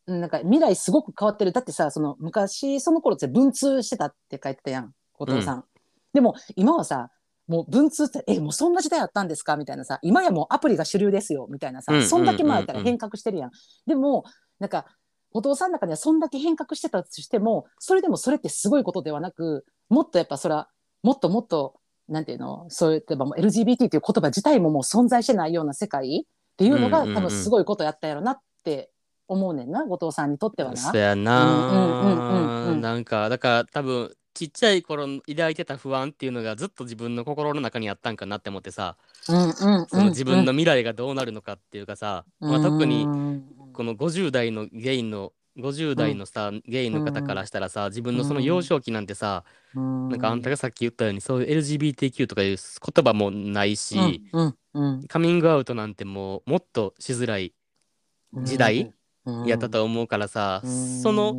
S2: うんなんか未来すごく変わってるだってさその昔その頃って文通してたって書いてたやん後藤さん、でも今はさもう文通ってえもうそんな時代あったんですかみたいなさ今やもうアプリが主流ですよみたいなさ、
S1: うん
S2: そんだけ前やった
S1: う
S2: ら
S1: んうんうん
S2: 変革してるやん、でもなんか後藤さんの中にはそんだけ変革してたとしてもそれでもそれってすごいことではなくもっとやっぱそらもっともっとなんていうのそういえばもう LGBT っていう言葉自体ももう存在してないような世界っていうの
S1: う
S2: が、
S1: んうんうん
S2: 多分すごいことやったやろなって思うねんな後藤さんにとってはな
S1: そ。や
S2: うんうんうんうん
S1: な
S2: うん
S1: なんかだから多分ちっちゃい頃抱いてた不安っていうのがずっと自分の心の中にあったんかなって思ってさ
S2: うんうんうん
S1: その自分の未来がどうなるのかっていうかさ、まあ、特に
S2: うん
S1: この50代のゲイの50代のさ、ゲイの方からしたらさ自分のその
S2: うん
S1: 幼少期なんてさ、
S2: うん
S1: なんかあんたがさっき言ったようにそういう LGBTQ とかいう言葉もないし、
S2: うんうん
S1: カミングアウトなんてもうもっとしづらい
S2: うん
S1: 時代
S2: うん
S1: やったと思うからさ、
S2: うん
S1: その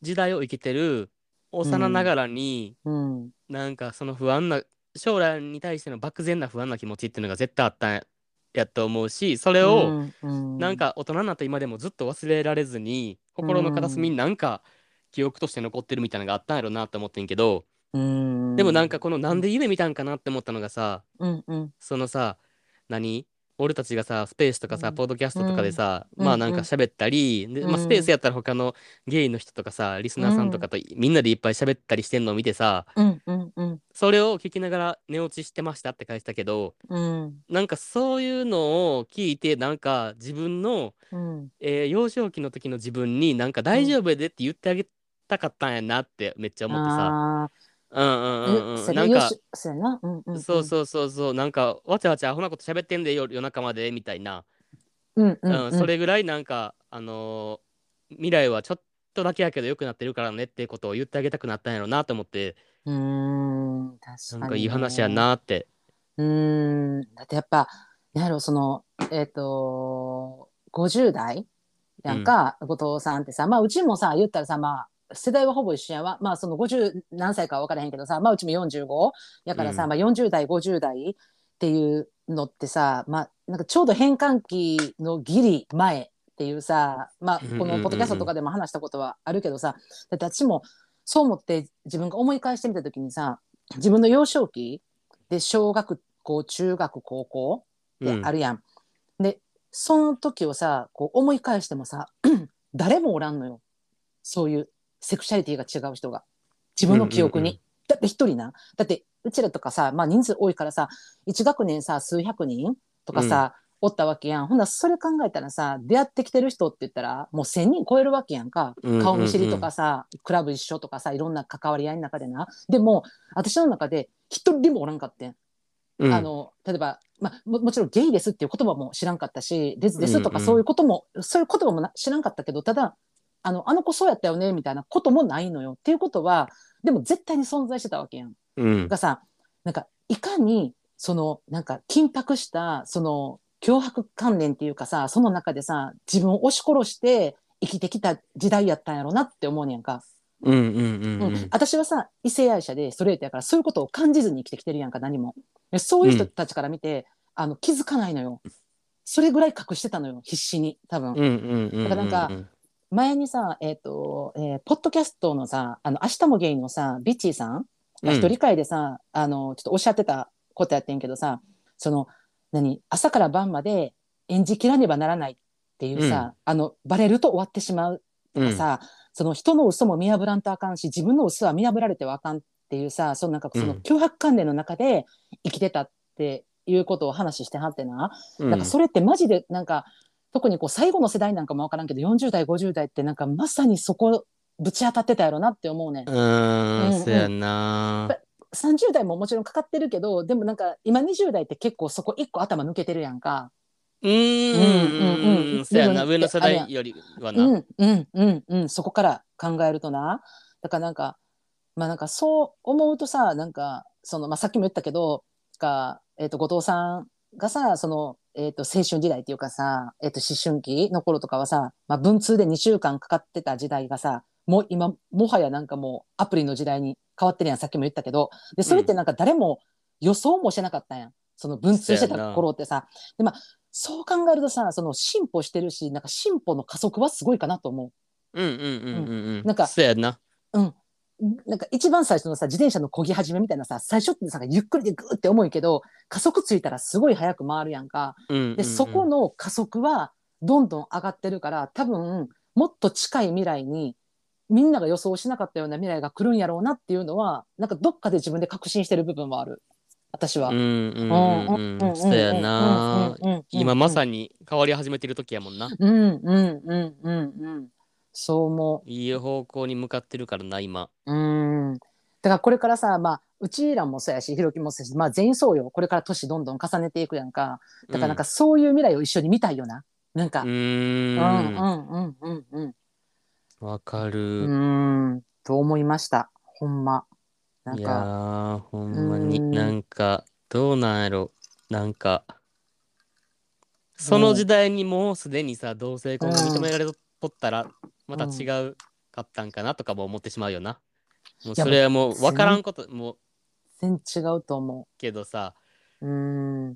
S1: 時代を生きてる幼ながらに、
S2: うん
S1: なんかその不安な将来に対しての漠然な不安な気持ちっていうのが絶対あったんやと思うしそれを
S2: うん
S1: なんか大人になった今でもずっと忘れられずに心の片隅になんか記憶として残ってるみたいなのがあったんやろなと思ってんけど
S2: うん
S1: でもなんかこのなんで夢見たんかなって思ったのがさ
S2: うんうん
S1: そのさ何俺たちがさスペースとかさ、
S2: うん
S1: ポッドキャストとかでさ、
S2: うん
S1: まあ
S2: うん
S1: な
S2: うん
S1: んか喋ったり、でまあ、
S2: うん
S1: スペースやったら他のゲイの人とかさリスナーさんとかとみんなでいっぱい喋ったりしてんのを見てさ
S2: うんうんうん
S1: それを聞きながら寝落ちしてましたって書いてたけど
S2: うん
S1: なんかそういうのを聞いてなんか自分の、
S2: うん
S1: えー幼少期の時の自分になんか大丈夫やでって言ってあげたかったんやなってめっちゃ思ってさ。
S2: あ
S1: うんうんうん
S2: ー
S1: う
S2: そ
S1: ん、
S2: れ
S1: なん
S2: よ
S1: か
S2: しそうやなうんうん
S1: そうそうそうそうなんかわちゃわちゃアホなこと喋ってんで夜夜中までみたいな、
S2: うん
S1: う
S2: うんんうん
S1: それぐらいなんかあのー未来はちょっとだけやけど良くなってるからねっていうことを言ってあげたくなったんやろうなと思って
S2: うん確
S1: な
S2: かに
S1: んかいい話やなって
S2: うんだってやっぱなんやろそのえっと50代やんか後藤さんってさまあうちもさ言ったらさまあ世代はほぼ一緒やわまあその50何歳かは分からへんけどさまあうちも45やからさ、
S1: うん
S2: まあ、40代50代っていうのってさまあなんかちょうど変換期のギリ前っていうさまあ
S1: うんうんうん
S2: このポッドキャストとかでも話したことはあるけどさだって私もそう思って自分が思い返してみた時にさ自分の幼少期で小学校中学高校
S1: う
S2: って
S1: ん
S2: あるやん。でその時をさこう思い返してもさ 誰もおらんのよそういうセクシャリティが違う人が自分の記憶に。
S1: うんうんうん
S2: だって一人なだってうちらとかさ、まあ、人数多いからさ1学年さ数百人とかさ、おったわけやんほんならそれ考えたらさ出会ってきてる人って言ったらもう1,000人超えるわけやんか
S1: うんうんうん
S2: 顔見知りとかさ、クラブ一緒とかさいろんな関わり合いの中でなでも私の中で一人もおらんかってん
S1: うん
S2: あの例えば、まあ、ももちろんゲイですっていう言葉も知らんかったしレズで
S1: うんう
S2: す
S1: ん
S2: とかそういうことも、そういう言葉もな知らんかったけどただあのあの子そうやったよねみたいなこともないのよっていうことはでも絶対に存在してたわけやん。
S1: うん
S2: がさなんかいかにそのなんか緊迫したその脅迫観念っていうかさその中でさ自分を押し殺して生きてきた時代やったんやろなって思うねやんか、
S1: うんうんうん
S2: う
S1: うんん
S2: 私はさ異性愛者でストレートやからそういうことを感じずに生きてきてるやんか何もでそういう人たちから見て、あの気づかないのよそれぐらい隠してたのよ必死に多分、
S1: うんうんうんうんうん
S2: だからなんか前にさえっ、と、えーポッドキャストのさあの明日もゲイのさビッチーさんまあ、一人会でさ、あのちょっとおっしゃってたことやってんけどさその何朝から晩まで演じきらねばならないっていうさ、あのバレると終わってしまうとかさ、その人の嘘も見破らんとあかんし自分の嘘は見破られてはあかんっていうさそのなんかその
S1: うん
S2: 脅迫観念の中で生きてたっていうことを話してはってな、
S1: うん
S2: なんかそれってマジでなんか特にこう最後の世代なんかも分からんけど40代50代ってなんかまさにそこぶち当たってたやろなって思うねん
S1: う。ー
S2: うんうん
S1: んそやな
S2: 30代ももちろんかかってるけどでもなんか今20代って結構そこ一個頭抜けてるやんか。
S1: うーん
S2: うんうん
S1: う
S2: うん
S1: んそやな
S2: でも
S1: 上
S2: ね
S1: の世
S2: あの
S1: 代よりは
S2: う
S1: なん
S2: うんうんうんそこから考えるとなだからなんかまあなんかそう思うとさなんかその、まあ、さっきも言ったけどが、えっと後藤さんがさその、えっと青春時代っていうかさ、えっと思春期の頃とかはさ、まあ、文通で2週間かかってた時代がさもう今もはやなんかもうアプリの時代に変わってるやんさっきも言ったけどでそれってなんか誰も予想もしてなかったやん、その文通してた頃ってさで、まあ、そう考えるとさその進歩してるしなんか進歩の加速はすごいかなと思う。
S1: うんうんうんうんうん
S2: なんか
S1: そやな
S2: なんか一番最初のさ自転車の漕ぎ始めみたいなさ最初ってさゆっくりでグーって重いけど加速ついたらすごい速く回るやんか
S1: うんうんうん
S2: でそこの加速はどんどん上がってるから多分もっと近い未来にみんなが予想しなかったような未来が来るんやろうなっていうのはなんかどっかで自分で確信してる部分はある私は
S1: うん。うんうんうんそやな今まさに変わり始めてる時やもんな
S2: に。うんうんうんうんうん。そう思う。
S1: いい方向に向かってるからな今
S2: うん。だからこれからさ、まあ、うちらもそうやし、ひろきもそうやし、まあ全員そうよ。これから年どんどん重ねていくやんか。だからなんかそういう未来を一緒に見たいよな。なんか。
S1: う
S2: うんんう
S1: わ
S2: んうんうんうん。
S1: か
S2: う
S1: る
S2: ん、と思いました。ほんま。なん
S1: いや
S2: か、
S1: ーほんまに
S2: うん
S1: なんかどうなんやろなんかその時代にもうすでにさ同性婚が認められとったらまた違うかったんかなとかも思ってしまうよな。もう
S2: いや
S1: それはもう
S2: もう
S1: 分からんことも
S2: 全然違うと思
S1: けどさ
S2: う。うん。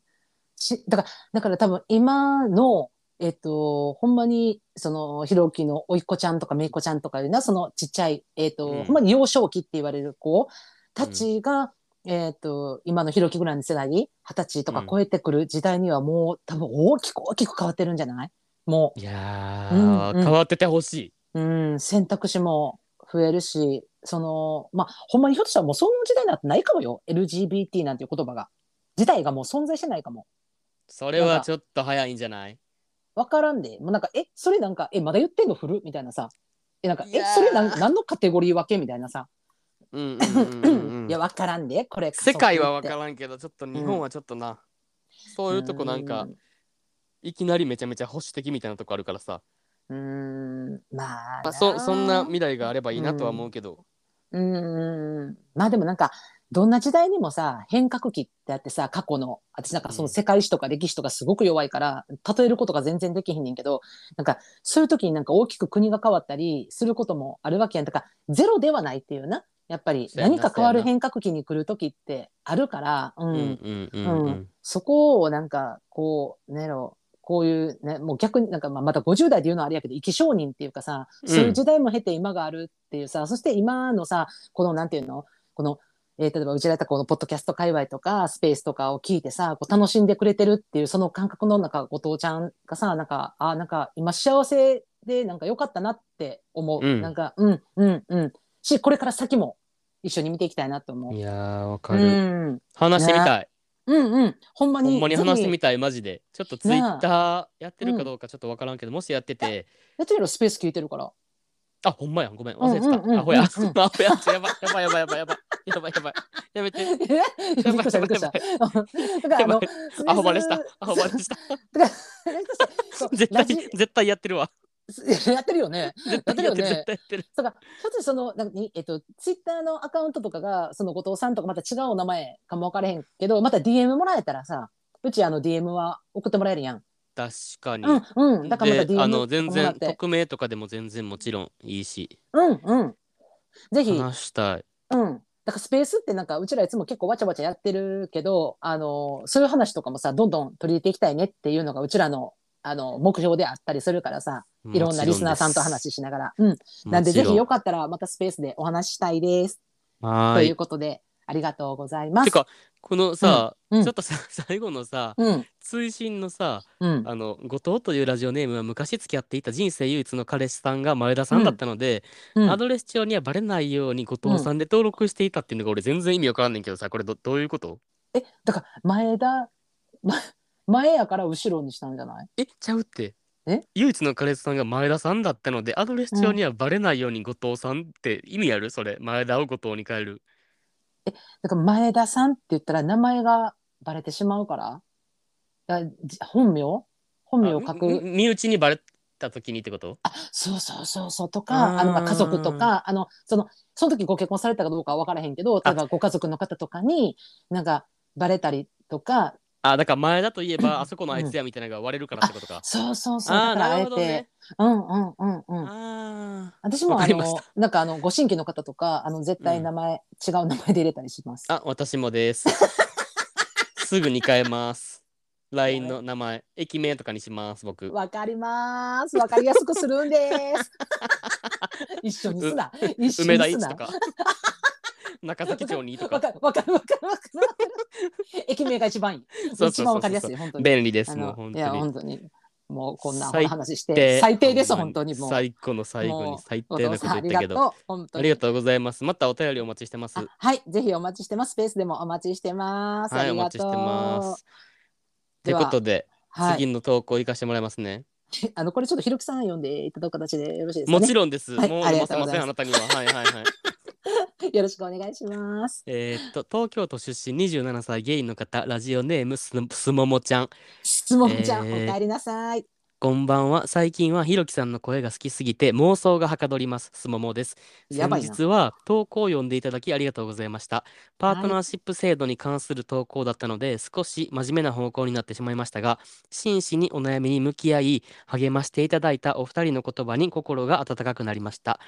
S2: し、だから、だから多分今の、えっと、ほんまに、その、ひろきのおいっ子ちゃんとかめいっ子ちゃんとかいうな、そのちっちゃい、えっと、
S1: うん
S2: ほんまに幼少期って言われる子たちが、えっと、今のひろきぐらいの世代、二十歳とか超えてくる時代にはもう多分大きく大きく変わってるんじゃないも
S1: いや
S2: うん
S1: ー、
S2: うん
S1: 変わっててほしい。
S2: う、うん、選択肢も増えるし、その、まあ、ほんまにひょっとしたらもうその時代なんてないかもよ。LGBT なんていう言葉が。自体がもう存在してないかも。
S1: それはちょっと早いんじゃない
S2: わからんで、もうなんか、え、それなんか、え、まだ言ってんの振るみたいなさ。え、なんか、
S1: い
S2: え
S1: やー、
S2: それなん何のカテゴリー分けみたいなさ。
S1: うんうんうんうん
S2: いや、わからんで、これ。
S1: 世界は分かららんけどちょっと日本はちょっとな、そういうとこなんか。いきなりめちゃめちゃ保守的みたいなとこあるからさ、
S2: うーん、うーんま
S1: ま
S2: あな
S1: あ、そそんな未来があればいいなとは思うけど、
S2: うーん。まあでもなんか、どんな時代にもさ、変革期ってあってさ、過去の、私なんかその世界史とか歴史とかすごく弱いから、例えることが全然できひんねんけど、なんか、そういう時になんか大きく国が変わったりすることもあるわけやん。だから、ゼロではないっていうな。やっぱり
S1: そうやな
S2: 何か変
S1: そ
S2: わ
S1: う
S2: る
S1: やな
S2: 変革期に来る時ってあるから、う。
S1: うんんうんう
S2: うん
S1: うん
S2: んそこをなんか、こう、ねろ、こういうね、もう逆になんか、まあ、また50代で言うのはあれやけど、生き証人っていうかさ、
S1: うん
S2: そういう時代も経て今があるっていうさ、そして今のさ、このなんていうのこの、えー例えばうちらやったらこのポッドキャスト界隈とか、スペースとかを聞いてさ、こう楽しんでくれてるっていう、その感覚の中、後藤ちゃんがさ、なんか、あーなんか今幸せでなんか良かったなって思う。
S1: うん
S2: なんか、うん、うん、うん。し、これから先も一緒に見ていきたいなと思う。
S1: いやー分か
S2: う
S1: る、
S2: ん、
S1: 話してみたい、
S2: うん、うん。ほんまに。
S1: ほんまに
S2: ぜひ
S1: 話してみたいマジでちょっとツイッターやってるかどうかちょっと分からんけど、もしやってて
S2: やってみろ、スペース聞いてる から。
S1: あほんまやんごめん忘れてた、
S2: うんうんうん
S1: アホや、
S2: うん
S1: アホややばいやばいやばいやばいやばいやばいやばいやめ て。
S2: びっくりしたびっくりした。だからあの
S1: やばいアホバレした。アホバレした。
S2: そう
S1: 絶
S2: ラ
S1: 対、
S2: ジ
S1: 絶対やってるわ。
S2: やってるよね。
S1: 絶対やってる。
S2: やってるよね
S1: 絶対やってる。
S2: そうか、ひょっとしてその、なんかに、えっと、ツイッターのアカウントとかが、その後藤さんとかまた違うお名前かもわからへんけど、また DM もらえたらさ、うちあの DM は送ってもらえるやん。
S1: 確かに。
S2: うん、うん。だからまた
S1: で
S2: DM
S1: あの全
S2: もら
S1: 然
S2: って
S1: 匿名とかでも全然もちろんいいし
S2: うん、うん。ぜひ、
S1: 話したい
S2: うん。だからスペースってなんかうちらいつも結構わちゃわちゃやってるけど、あの、そういう話とかもさ、どんどん取り入れていきたいねっていうのがうちらの、あの、目標であったりするからさ、いろんなリスナーさんと話しながら。うん。なんでぜひよ
S1: く
S2: かったらまたスペースでお話ししたいです。
S1: は
S2: と
S1: ー
S2: い
S1: いう
S2: ことで、ありがとうございます。
S1: てかこのさ、
S2: うんうん
S1: ちょっとさ 最後のさ
S2: うん。
S1: 追伸のさ
S2: うん。
S1: あの後藤というラジオネームは昔付き合っていた人生唯一の彼氏さんが前田さんだったので、
S2: うん
S1: アドレス帳にはバレないように後藤さんで登録していたっていうのが俺全然意味わからんねんけどさこれどどういうこと
S2: え、だから前田、ま、前やから後ろにしたんじゃない
S1: えちゃうって
S2: え
S1: 唯一の彼氏さんが前田さんだったのでアドレス帳にはバレないように後藤さんって意味あるそれ前田を後藤に変える
S2: だから前田さんって言ったら名前がバレてしまうからだじ本名本名を書
S1: あみ
S2: く。
S1: み身内にバレた時にってこと
S2: そうそうそうそうと
S1: あー
S2: か、あの、まあ、家族とか、あの、その、その時ご結婚されたかどうかは分からへんけど、例えばご家族の方とかに、なんか、バレたりとか、
S1: あだから前田といえばあそこのあいつやみたいなのが割れるからってことか、
S2: そうそうそう、
S1: ああ
S2: だから
S1: な
S2: あ
S1: る
S2: え
S1: ほ
S2: て、
S1: どね
S2: うんうんうんうん。
S1: あー
S2: 私も
S1: わ
S2: あ
S1: かりまし
S2: の、なんかあの、ご新規の方とか、あの、絶対名前、違う名前で入れたりします。
S1: あ私もです すぐに変えます LINE の名前駅名とかにします僕
S2: わかります。わかりやすくするんです。一緒にすな。一緒
S1: 梅田
S2: にす
S1: 一
S2: な
S1: と。 か中崎町にと
S2: わ
S1: か
S2: かるわかるわかるわかるわか る。駅名が一番いい。
S1: そうそうそうそう
S2: 一番わかりやすい本当に。
S1: 便利です
S2: あ
S1: もう
S2: の
S1: 本
S2: いや
S1: 当に
S2: 本当に。もうこんな
S1: 最低
S2: 話して最低です
S1: ほんま
S2: 本当にもう。
S1: 最後の最後に最
S2: お
S1: 低な
S2: 父
S1: こ
S2: さん
S1: と
S2: あ
S1: 言った
S2: りが
S1: け
S2: と
S1: ど
S2: う本当
S1: あ
S2: に。
S1: りがとうございますまたお便りお待ちしてます
S2: あはいぜひお待ちしてます。スペースでもお待ちしてます。
S1: はい
S2: あ
S1: お
S2: りが
S1: 待ち
S2: とう。
S1: してますって
S2: では
S1: ことで
S2: はい。
S1: 次の投稿行かしてもらいますね。
S2: あのこれちょっとひろきさん読んでいただく形でよろしいですかね。
S1: もちろんです。
S2: はい
S1: もう
S2: あり
S1: 読ま
S2: がと
S1: せ
S2: うご
S1: ま
S2: ざ
S1: せん、
S2: いま
S1: あ
S2: す
S1: なたには。はいはい はい。
S2: よろしくお願いします。
S1: えーっと、東京都出身27歳ゲイの方、ラジオネームすすももちゃん。
S2: 質問じゃん、
S1: えー
S2: お帰りなさい。
S1: こんばんは。最近はひろきさんの声が好きすぎて妄想がはかどります。すももです。
S2: や
S1: 先
S2: ばいな。
S1: 日は投稿を読んでいただきありがとうございました。パートナーシップ制度に関する投稿だったので、少し真面目な方向になってしまいましたが、真摯にお悩みに向き合い、励ましていただいたお二人の言葉に心が温かくなりました。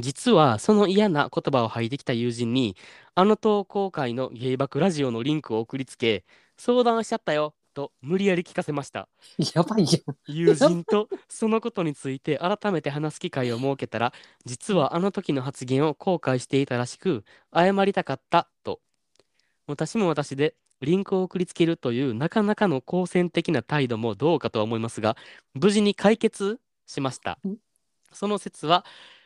S1: 実はその嫌な言葉を吐いてきた友人に、あの投稿会のゲイバクラジオのリンクを送りつけ、相談しちゃったよと無理やり聞かせました。
S2: やばいよ。
S1: 友人とそのことについて改めて話す機会を設けたら実はあの時の発言を後悔していたらしく謝りたかったと私も私でリンクを送りつけるというなかなかの好戦的な態度もどうかとは思いますが無事に解決しました
S2: うん
S1: その説は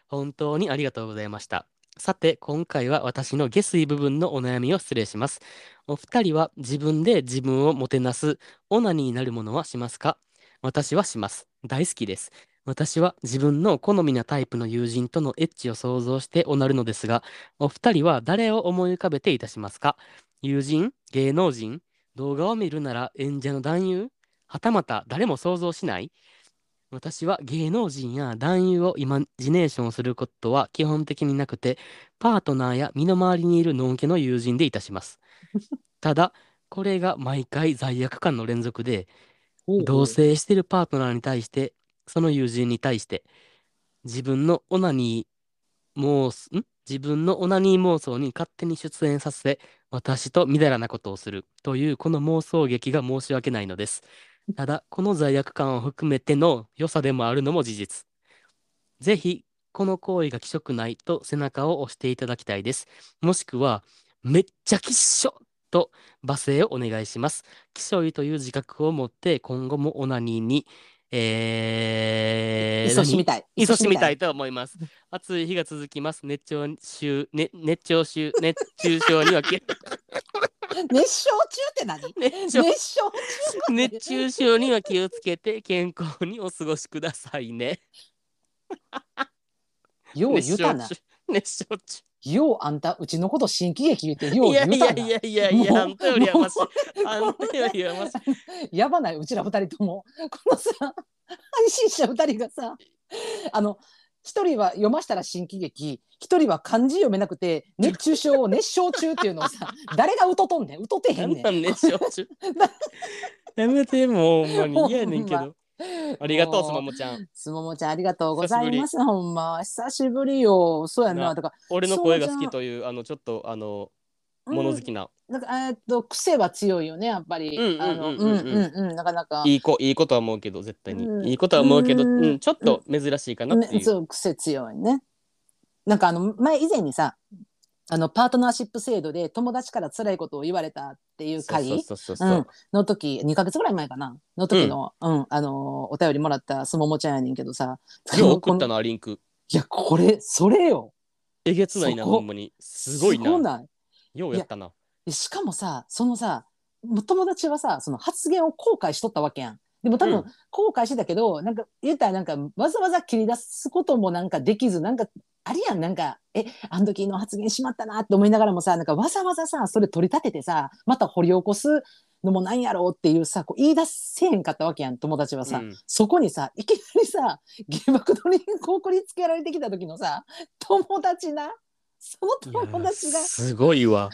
S1: 本当にありがとうございましたさて今回は私の下水部分のお悩みを失礼しますお二人は自分で自分をもてなすオナニーになるものはしますか私はします。大好きです。私は自分の好みなタイプの友人とのエッチを想像しておなるのですが、お二人は誰を思い浮かべていたしますか友人芸能人動画を見るなら演者の男優はたまた誰も想像しない私は芸能人や男優をイマジネーションすることは基本的になくて、パートナーや身の回りにいるのんけの友人でいたします。ただ、これが毎回罪悪感の連続で、同棲してるパートナーに対してその友人に対して自分のオナニー妄想ん自分のオナニー妄想に勝手に出演させ私とみだらなことをするというこの妄想劇が申し訳ないのですただこの罪悪感を含めての良さでもあるのも事実ぜひこの行為が気色ないと背中を押していただきたいですもしくはめっちゃきっしょと罵声をお願いします気象医という自覚を持って今後もオナニーに、えー、
S2: いそしみたい。
S1: いそしみた
S2: い。
S1: いと思います。暑い日が続きます。熱中症、ね、熱中症、熱中症には気
S2: 熱唱中って何
S1: 熱
S2: 熱
S1: 中
S2: 唱中
S1: 熱中症には気をつけて健康にお過ごしくださいね。
S2: よう言うたな
S1: 熱。中熱中
S2: ようあんたうちのこと新喜劇言ってよう
S1: いや
S2: 言う
S1: い
S2: た
S1: や
S2: んだ
S1: いやいやいや、あんたよりはマシ。あ
S2: も
S1: んたよりはマシ。
S2: うやばないうちら二人とも このさ配信者二人がさあの一人は読ましたら新喜劇一人は漢字読めなくて熱中症を熱唱中っていうのを さ誰がうととんねんうとて
S1: な
S2: へ
S1: んん
S2: ねん
S1: なんでしょうちゅう。やめて、もうほんまに嫌やねんけ
S2: ほん
S1: ど。ありがとう、
S2: もう
S1: すももちゃん。
S2: すももちゃんありがとうございますほんま久しぶりよそうやな
S1: な
S2: だか
S1: 俺の声が
S2: そう
S1: 好
S2: じ
S1: き
S2: ゃん
S1: という、あの、ちょっと、あの、
S2: ら
S1: 物好きな、
S2: うんなんかえーっと癖は強いよねやっぱり
S1: うん
S2: あの
S1: うん
S2: う
S1: うんんう
S2: う
S1: んんうん
S2: うんなかなか
S1: いい子、いいことは思うけど、絶対に。
S2: うん
S1: いいことは思うけど、
S2: う
S1: うんん、ちょっと珍しいかなって
S2: ね
S1: いう。
S2: そう癖強いねなんかあの前以前にさあのパートナーシップ制度で友達から辛いことを言われたっていう
S1: そう
S2: 会
S1: そうそうそう
S2: うん。の時2か月ぐらい前かなの時の、うんあのお便りもらったすももちゃんやねんけどさ
S1: 今日送った
S2: この
S1: な、リンク。
S2: いやこれそれよ
S1: えげつないな、
S2: そこ
S1: ほんまに。すごい
S2: すご
S1: な。
S2: ない
S1: ようやったな。
S2: しかもさそのさもう友達はさその発言を後悔しとったわけやん。でも多
S1: う
S2: 分
S1: ん
S2: 後悔してたけど、なんか言ったらなんかわざわざ切り出すこともなんかできずなんかありやんなんかえあの時の発言しまったなって思いながらもさなんかわざわざさそれ取り立ててさまた掘り起こすのもなんやろうっていうさこう言い出せへんかったわけやん友達はさ、
S1: うん
S2: そこにさいきなりさ原爆のリンクを送りつけられてきた時のさ友達なそ
S1: い
S2: の
S1: や
S2: 友達が。
S1: すごいわ。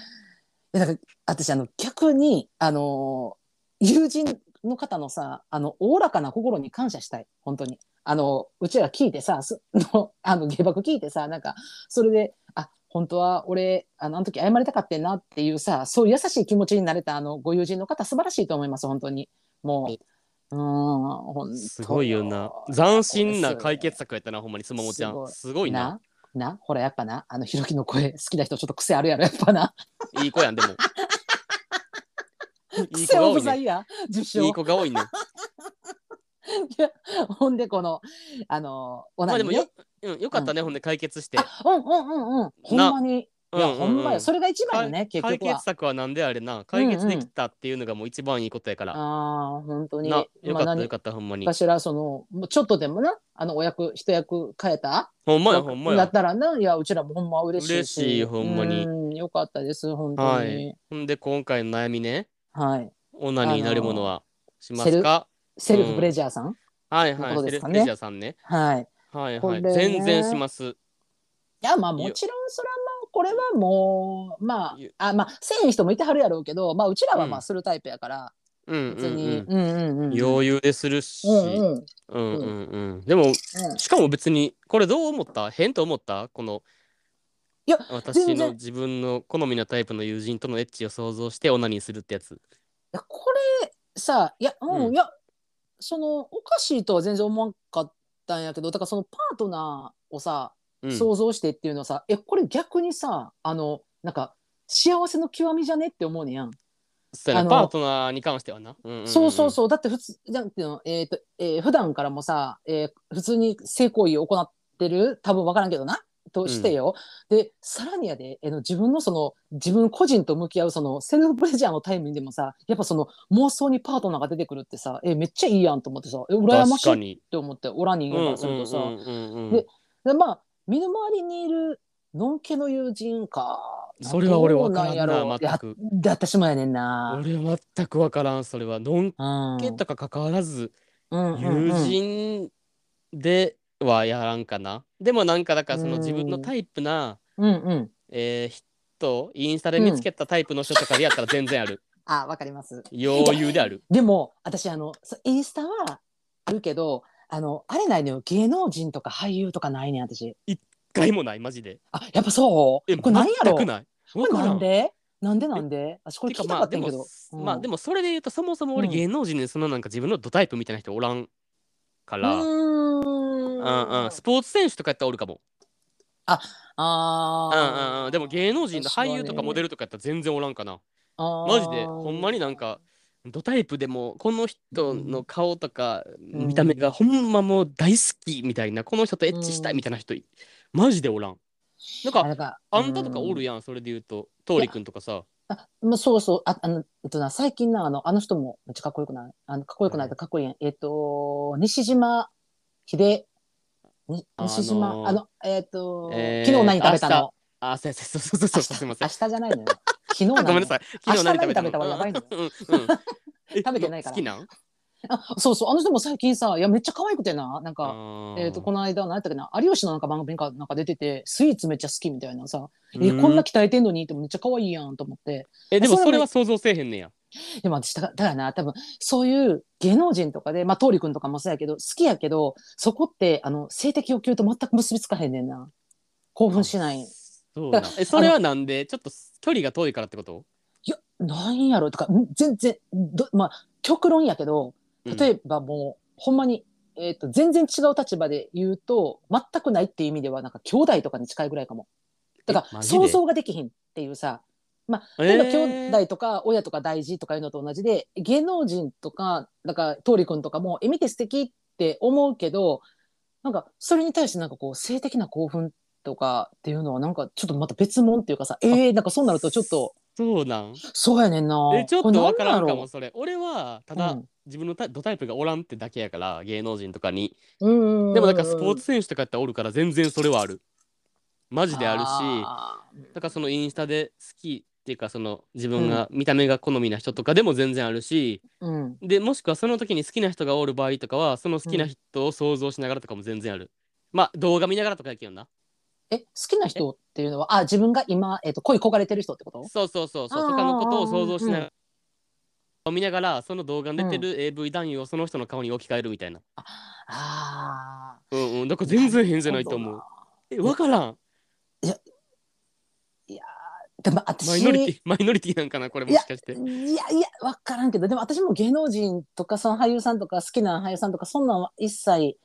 S2: でなんか私あの逆にあのー友人の方のさあのおおらかな心に感謝したい本当にあのうちら聞いてさす のあの下爆聞いてさなんかそれであ本当は俺あのあの時謝りたかったなっていうさそういう優しい気持ちになれたあのご友人の方素晴らしいと思います本当にもううーん本当
S1: すごいよな。斬新な解決策やったな、ほんまに、すももちゃ
S2: すごい
S1: ん。すごいな。
S2: ななほらやっぱなあのひろきの声好きな人ちょっと癖あるやろやっぱない
S1: い子やん、で も。いい子
S2: 癖
S1: が
S2: オ
S1: 多
S2: ブ
S1: い
S2: ザ
S1: ね。
S2: イヤー受賞
S1: いい子が多いね。
S2: いや ほんでこのあのお
S1: まあで
S2: なじ
S1: も
S2: みね
S1: よ、うん、よかったね、ほんで解決して。
S2: あうんうんうんうんほんまにいや
S1: うんうんう
S2: ほんまよそれが一番よね
S1: 解
S2: 結局
S1: 解決
S2: は
S1: 策はなんであれな解決できたっていうのがもう一番いいことやから、
S2: ああ本当に
S1: なよか
S2: ま
S1: っ
S2: あ
S1: た
S2: 何
S1: よかったほんまに
S2: かしらそのもうちょっとでもなあのお役一役変えた
S1: ほんまや
S2: わ
S1: ほんま
S2: だ
S1: や
S2: ったらないやうちらもほんま嬉しいし
S1: 嬉しいほんまに
S2: うんよかったです本当に
S1: ほんで今回の悩みね
S2: はい、
S1: オナニーになるものはします
S2: セル
S1: か
S2: セルフプレジャーさん、
S1: はい
S2: の
S1: は
S2: こ
S1: い
S2: と
S1: セ
S2: です
S1: ル
S2: か
S1: フ
S2: ね
S1: プレジャーさんね
S2: はい
S1: はい
S2: こ
S1: は
S2: れ
S1: い、
S2: ね
S1: 全然します
S2: いやまあもちろんそれはまあこれはもうま
S1: いや
S2: ああまあせん人もいてはるやろうけどまあうちらは
S1: う
S2: まあ
S1: ん
S2: するタイプやから、
S1: うんうん
S2: 別にうんうんうん
S1: うん余裕でするし、
S2: うんうんうん
S1: うん
S2: う
S1: うんんうんでもしかも別にこれどう思った変と思ったこの
S2: いや
S1: 私
S2: 全
S1: の
S2: 然
S1: 自分の好みのタイプの友人とのエッチを想像してオナニーするってやつ
S2: いやこれさいやうん、
S1: うん
S2: いやそのおかしいとは全然思わんかったんやけどだからそのパートナーをさ
S1: うん
S2: 想像してっていうのはさ、えこれ逆にさあのなんか幸せの極みじゃねって思うねやん、
S1: そうや
S2: あ
S1: な
S2: の
S1: パートナーに関してはな、うんんん
S2: そうそうそうだって普通なんていうのえっ、と、えー普段からもさ、えー普通に性行為を行ってる多分分からんけどなとしてよ、でさらにやで、えーの自分のその自分個人と向き合うそのセルフプレジャーのタイミングでもさやっぱその妄想にパートナーが出てくるってさ、えーめっちゃいいやんと思ってさ、えー羨ま
S1: 確
S2: しい
S1: か
S2: っ
S1: に
S2: て思っておらん人間からするとさ、
S1: うんうんうんうん
S2: ででまあ身の回りにいるのんけの友人か
S1: それは俺分からんな
S2: どう
S1: ん
S2: やろ
S1: 全
S2: う
S1: く
S2: いやで私もやねんな。
S1: 俺は全く分からんそれはのん
S2: うん
S1: けとか関わらず
S2: うんうんうん
S1: 友人ではやらんかな、でもなんかだからその
S2: うん
S1: 自分のタイプな、
S2: うんうん。
S1: えー人インスタで見つけたタイプの人とかでやったら全然ある、
S2: あ、わかります。
S1: 余裕である
S2: でも、私、あの、そインスタはあるけど、あの、あれないのよ。芸能人とか俳優とかないねん、私。
S1: 害もないマジで
S2: あ、やっぱそう
S1: え
S2: これなんやろ
S1: 全くない分
S2: これ
S1: からん
S2: なんでなんでなんで私これ
S1: てか
S2: 聞きた
S1: ま
S2: か
S1: あ
S2: った
S1: で
S2: んや
S1: も
S2: けど。、うん
S1: まあでもそれで言うとそもそも俺
S2: うん
S1: 芸能人でそのなんか自分のドタイプみたいな人おらんから、うん
S2: う
S1: うん
S2: ーん。
S1: スポーツ選手とかやったらおるかも、うん
S2: あ
S1: うん
S2: ー
S1: うん、でも芸能人の俳優とかモデ
S2: ル、
S1: ルとかやったら全然おらんかな
S2: マ
S1: マジでほんまになんかドタイプでもこの人の顔とか
S2: ん
S1: 見た目がほんまもう大好きみたいなこの人とエッチしたいみたいな人いマジでおらんなん
S2: あ
S1: か
S2: れが
S1: あんたとかおる
S2: や
S1: やんそれで言うと桃李くんとかさ
S2: ん。まあ、そうそう。あ、あの、えっとな、最近な、あの、あの人もめっちゃかっこよくないあの、かっこよくないとかっこいいやん。えっと、西島秀、に
S1: あのー
S2: 西島、あの、えっと、
S1: えー
S2: 昨日何食べた
S1: 明
S2: の
S1: あ、そうそうそうそうそう、すみませ
S2: 明
S1: ん。
S2: 日じゃない のよ。昨日
S1: ご
S2: なの
S1: めん
S2: よ
S1: なさい。
S2: 明
S1: 昨
S2: 日
S1: 日何食べたの
S2: 何食べたわやばいのよ
S1: うんうんうん え
S2: 食べてないから
S1: 好きなん
S2: あそうそう、あの人も最近さ、いや、めっちゃ可愛くてな、なんか、え
S1: え
S2: っ、と、この間、何やったっけな、有吉のなんか番組かなんか出てて、スイーツめっちゃ好きみたいなさ、え、こんな鍛えてんのにってめっちゃ可愛いやんと思って。
S1: え、でも
S2: それも
S1: それは想像せえへんねや。
S2: でも私、だからだからな、多分、そういう芸能人とかで、まあ、桃李君とかもそうやけど、好きやけど、そこって、あの、性的欲求と全く結びつかへんねんな。興奮しない。
S1: そうなんえ、それはなんでちょっと距離が遠いからってこと
S2: いや、なんやろとか、ん全然、どまあ、極論やけど、
S1: うん
S2: 例えばもう、ほんまに、えっ、と、全然違う立場で言うと、全くないっていう意味では、なんか兄弟とかに近いぐらいかも。だか
S1: え
S2: ら、
S1: マジで
S2: 想像ができひんっていうさ、まあ、例えば兄弟とか親とか大事とかいうのと同じで、芸能人とか、だから、桃李君とかも、え、見て素敵って思うけど、なんか、それに対してなんかこう、性的な興奮とかっていうのは、なんかちょっとまた別物っていうかさ、えー、なんかそうなるとちょっと、
S1: そうなん
S2: そうやねんな。
S1: え、ちょっとわからんか
S2: こ
S1: も、それ。俺は、た
S2: れなんや
S1: だ
S2: ろ、
S1: 自分のタドタイプがおらんってだけやから、芸能人とかに。
S2: うんうんうんうん
S1: でもなんかスポーツ選手とかやったらおるから、全然それはある。マジであるし。
S2: あー
S1: だからそのインスタで好きっていうかその自分が見た目が好みな人とかでも全然あるし、
S2: うん、
S1: でもしくはその時に好きな人がおる場合とかはその好きな人を想像しながらとかも全然ある、まあ動画見ながらとかやけどな
S2: え好きな人っていうのはあ自分が今、えっと恋焦がれてる人ってこと
S1: そうそうそうそう
S2: あー
S1: とかのことを想像しながら、見ながらその動画に出てる AV 男優をその人の顔に置き換えるみたいな
S2: あ
S1: うんうんだ
S2: あ
S1: から全然変じゃないと思うえわからん
S2: でも
S1: マ
S2: 私
S1: イノリティマイノリティなんかなこれもしかして
S2: いやいや分からんけどでも私も芸能人とかその俳優さんとか好きな俳優さんとかそんなんは一切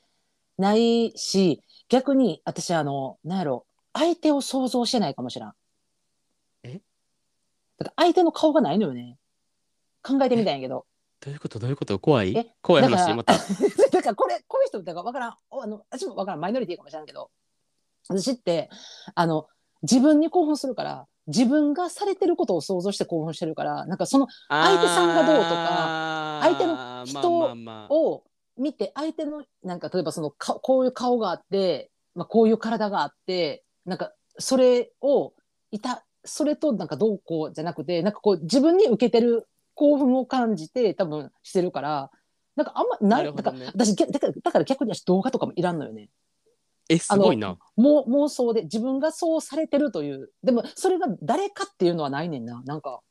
S2: ないし逆に私あのなんやろ相手を想像してないかもしらん。
S1: え
S2: だから相手の顔がないのよね。考えてみたんやけど。
S1: どういうことどういうこと怖い
S2: え
S1: 怖い
S2: だか
S1: 話
S2: ら
S1: また
S2: だからこれこういう人だから分からんおあの私も分からんマイノリティかもしれんけど私ってあの自分に興奮するから自分がされてることを想像して興奮してるからなんかその相手さんがどうと
S1: か
S2: 相手の人
S1: まあまあまあ
S2: を見て相手のなんか例えばそのかこういう顔があって、まあ、こういう体があってなんかそれをいたそれとなんかどうこうじゃなくてなんかこう自分に受けてる興奮を感じて多分してるからなんかあんまな
S1: なる
S2: い
S1: ほ
S2: だ
S1: ど
S2: か
S1: ね
S2: ら私げだからだから逆に私動画とかもいらんのよね。
S1: えすごいな
S2: もう妄想で自分がそうされてるというでもそれが誰かっていうのはないねんななんか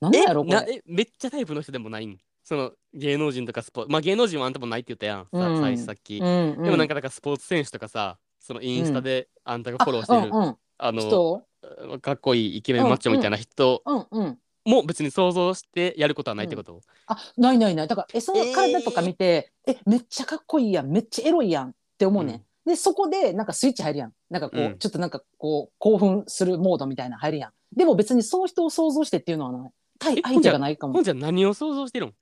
S2: なんなんやろこ
S1: な
S2: れ
S1: えめっちゃタイプの人でもないんその芸能人とかスポーツまあ芸能人はあんたもないって言ったやんさ,さ、
S2: うん
S1: 最初さっき、
S2: うんう
S1: でもなんかだからスポーツ選手とかさそのインスタであんたがフォローしてる、
S2: あうんうん
S1: あの
S2: 人
S1: かっこいいイケメンマッチョみたいな人
S2: うんうん
S1: も別に想像してやることはないってこと、
S2: あないないないだからえその体とか見て、えめっちゃかっこいいやんめっちゃエロいやんって思うねん、
S1: うん
S2: でそこでなんかスイッチ入るやんなんかこう、
S1: うん
S2: ちょっとなんかこう興奮するモードみたいなの入るやんでも別にその人を想像してっていうのはない対
S1: え
S2: 相手がないか
S1: ほ
S2: も
S1: んじゃ何を想像してるん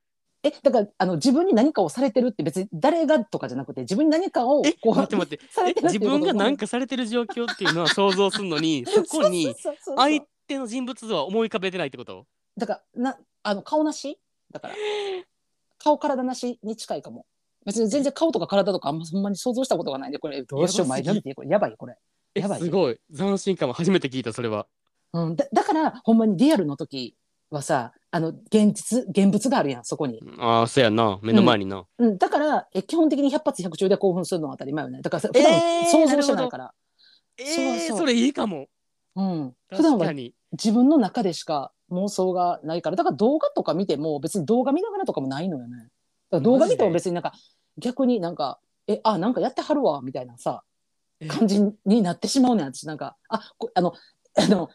S2: えだからあの自分に何かをされてるって別に誰がとかじゃなくて自分に何かを
S1: え
S2: こう
S1: 待って待って
S2: されて
S1: え
S2: るって
S1: 自
S2: いうこと
S1: 分が何かされてる状況っていうのは想像するのにそこに
S2: そうそうそうそう
S1: 相手の人物像は思い浮かべてないってこと
S2: だからなあの顔なしだから顔体なしに近いかも別に全然顔とか体とかあんまほんまに想像したことがないんでこれどうしよう
S1: やば
S2: マ
S1: す
S2: イ
S1: ぎ
S2: ノリティこれやばいこれ、
S1: え
S2: やばい
S1: すごい斬新かも初めて聞いたそれは
S2: うん、だだからほんまにリアルの時はさあの現実現物があるやんそこに、
S1: ああそうやな目の前にな、
S2: うん、だからえ基本的に百発百中で興奮するのは当たり前よねだからさ普段
S1: えー
S2: 想像してないから、
S1: ええ
S2: そうそう
S1: それいいかも
S2: うん、普段
S1: 確
S2: は
S1: かに
S2: 自分の中でしか妄想がないからだから動画とか見ても別に動画見ながらとかもないのよねだから動画見ても別になんか逆になんかえあなんかやってはるわみたいなさ
S1: え
S2: 感じになってしまうねん私なんかあこあのあの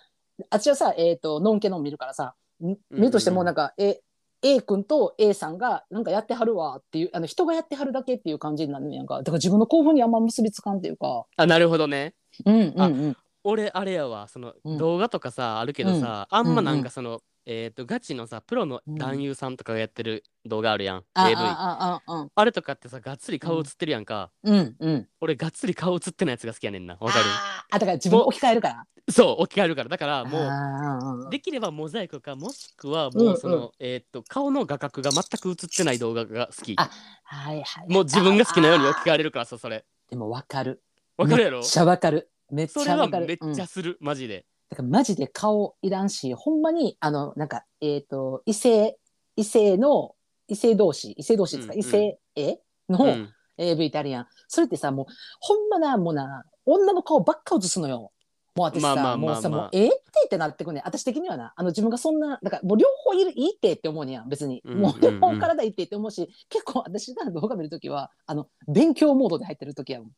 S2: あっちはさえっ、とのんけのん見るからさん見るとしてもなんか、え A 君と A さんがなんかやってはるわっていうあの人がやってはるだけっていう感じになるねんやんかだから自分の興奮にあんま結びつかんっていうか
S1: あなるほどね
S2: うんうんうん
S1: 俺あれやわその
S2: うん
S1: 動画とかさ、あるけどさ、あんまなんかその、えっ、とガチのさプロの
S2: うん
S1: 男優さんとかがやってる動画あるやん、
S2: あ
S1: AV あ
S2: ああああ
S1: れとかってさがっつり顔映ってるやんか、
S2: うんうん
S1: 俺がっつり顔映ってないやつが好きやねんなわかる
S2: あーあだから自分を置き換えるから。
S1: そう置き換えるからだからも
S2: も
S1: うできればモザイクかもしくはもうその、
S2: うんう
S1: えっ、と顔の画角が全く映ってない動画が好き
S2: あはいはい。
S1: もう自分が好きなように置き換えれるからさそれ
S2: でもわかる。
S1: わかるやろ
S2: めっちゃわかる。めっち
S1: それ
S2: ゃ
S1: は
S2: わかる
S1: めっ
S2: うん
S1: ちゃする、マジで。
S2: だからマジで顔いらんし、ほんまに、あの、なんか、えっ、と、異性、異性の、異性同士、異性同士ですか、
S1: うんうん
S2: 異性絵
S1: う
S2: の
S1: ん、
S2: AV ってあるやん。それってさ、もう、ほんまな、もうな、女の顔ばっか映すのよ。もう私
S1: まあま
S2: さ、
S1: あまあ
S2: もうさ、
S1: まあ
S2: もう、ええってってなってくんねん。私的にはな、あの、自分がそんな、だから、もう両方いる、いいってって思うねやん、別に。
S1: うんうんうん
S2: もう両方体いいってって思うし、結構私が動画見るときは、あの、勉強モードで入ってるときやもん。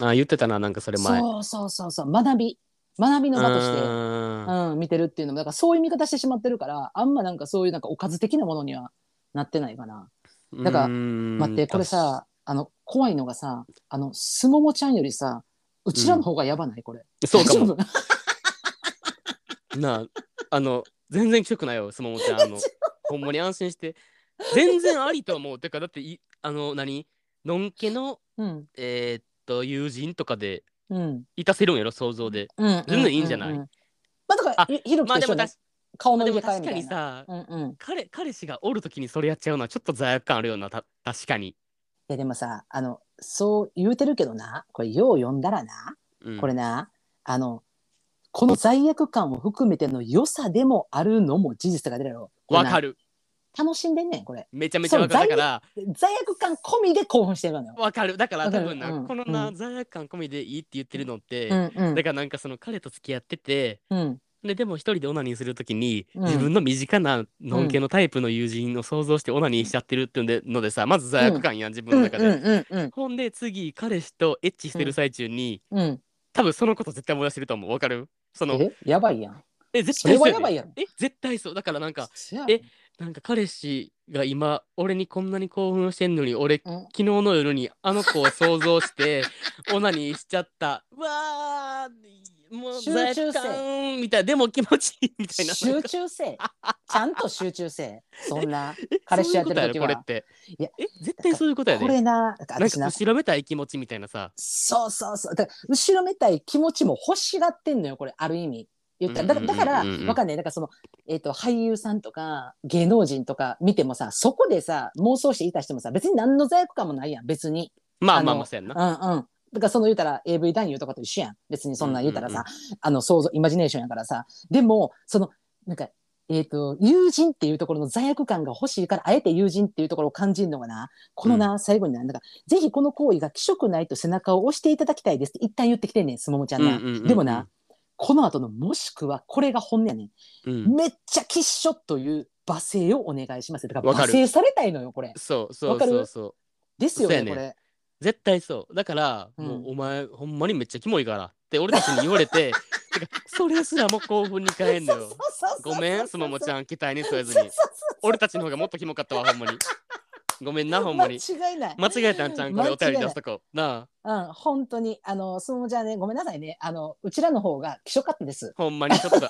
S1: あ、言ってたな、なんかそれ前。
S2: そうそうそうそう、学び。学びの場として。うん、見てるっていうのもだからそういう見方してしまってるからあんまなんかそういうなんかおかず的なものにはなってないかな。
S1: うん
S2: だから
S1: うん
S2: 待ってこれさあの怖いのがさあのすももちゃんよりさうちらの方がやばないこれ。
S1: そうか
S2: 大
S1: も。
S2: 丈夫
S1: なあ、あの、全然きつくないよ、すももちゃ ん。あの、ほんまに安心して。全然ありと思う。てか、だってい、あの、何のんけの、
S2: うん
S1: えーっと、友人とかで、
S2: うん
S1: いたせるんやろ、想像で。
S2: うん。
S1: 全然いいんじゃない
S2: うんうまあだから
S1: あ
S2: ひひろき
S1: ま
S2: と
S1: あでも
S2: 一緒に
S1: たし、
S2: 顔
S1: まあで
S2: の入れ
S1: も
S2: 替
S1: 確か
S2: えみ
S1: に
S2: たいな。
S1: さ、
S2: うんうん、い
S1: 彼彼氏がおるときにそれやっちゃうのはちょっと罪悪感あるよなた確かに、
S2: やでもさあのそう言うてるけどなこれよう読んだらな
S1: うん
S2: これなあのこの罪悪感を含めての良さでもあるのも事実が出るやろ。
S1: わか
S2: る。
S1: る
S2: 楽しんでんねんこれ。
S1: めちゃめちゃわかる
S2: そ
S1: だ
S2: う
S1: から
S2: 罪悪感込みで興奮してるのよ。
S1: わかるだから
S2: わか
S1: 多
S2: る
S1: 分な、
S2: うん
S1: このな、
S2: うん
S1: 罪悪感込みでいいって言ってるのって、
S2: んう
S1: だからなんかその彼と付き合ってて
S2: うん
S1: ででも一人でオナニーするときに、
S2: うん
S1: 自分の身近なのんけのタイプの友人を想像してオナニーしちゃってるっていうのでのでさまず罪悪感やん自分の中で、
S2: うんうん
S1: ほんで次彼氏とエッチしてる最中に、
S2: うん
S1: 多分そのこと絶対思い出してると思うわかるその
S2: えやばいやん。
S1: え絶
S2: そ
S1: 対
S2: れ
S1: そう
S2: は
S1: やで
S2: やばいやん。
S1: え絶対そうだからなんか
S2: せやろ
S1: えなんか彼氏が今俺にこんなに興奮してんのに俺昨
S2: うん
S1: 日の夜にあの子を想像して オナニーしちゃったうわーもう
S2: 集
S1: 罪
S2: 中
S1: 悪
S2: 性
S1: 感みたいなでも気持ちいいみたいななん
S2: 集
S1: か
S2: 中性。ちゃんと集中性。そ んな
S1: え
S2: 彼氏やってる時は
S1: そういうことやろこれっ
S2: いや
S1: てえ絶対そういうことやで
S2: こ
S1: な
S2: れ
S1: ん
S2: なだから私
S1: か
S2: な
S1: 後ろめたい気持ちみたいなさ
S2: そうそうそうだから後ろめたい気持ちも欲しがってんのよこれある意味。言ったら
S1: う
S2: だ
S1: んうんう
S2: だ
S1: んうん
S2: からわかんないだからその、えっと俳優さんとか芸能人とか見てもさそこでさ妄想していた人もさ別に何の罪悪感もないやん別に。
S1: まあ
S2: あの
S1: まあまあそうやんな
S2: うんうん。だからその言うたら AV 男優とかと一緒やん。別にそんなん言うたら
S1: うんう
S2: さ、あの想像、イマジネーションやからさ。でも、その、なんか、えっ、と、友人っていうところの罪悪感が欲しいから、あえて友人っていうところを感じるのがな、このな、最後にな、なんか、ぜひこの行為が気色ないと背中を押していただきたいですって一旦言ってきてんねん、すももちゃんな。
S1: うんうんうんうん
S2: でもな、この後のもしくはこれが本音やねん。
S1: うん
S2: めっちゃきっしょという罵声をお願いします。だから
S1: わか
S2: 罵
S1: る
S2: 声されたいのよ、これ。
S1: そうそ
S2: わ
S1: う
S2: かる
S1: そうそう
S2: ですよ
S1: そ
S2: ね、
S1: うや
S2: こ
S1: ね
S2: れ。
S1: 絶対そうだから、
S2: うん
S1: もうお前ほんまにめっちゃキモいからって俺たちに言われて てかそれすらも興奮に変えんの よごめんすももち
S2: ん。
S1: ゃん期待に添えず
S2: そうそ
S1: に
S2: うそう
S1: 俺たちの方がもっとキモかったわほんまにごめんなほんまに
S2: 間違いない。
S1: 間違えたんちゃうんこれお便り出すとこなあ
S2: うん、本当に、あの、すももちゃんね、ごめんなさいね。あの、うちらの方が気色かったです。
S1: ほんまにちょっと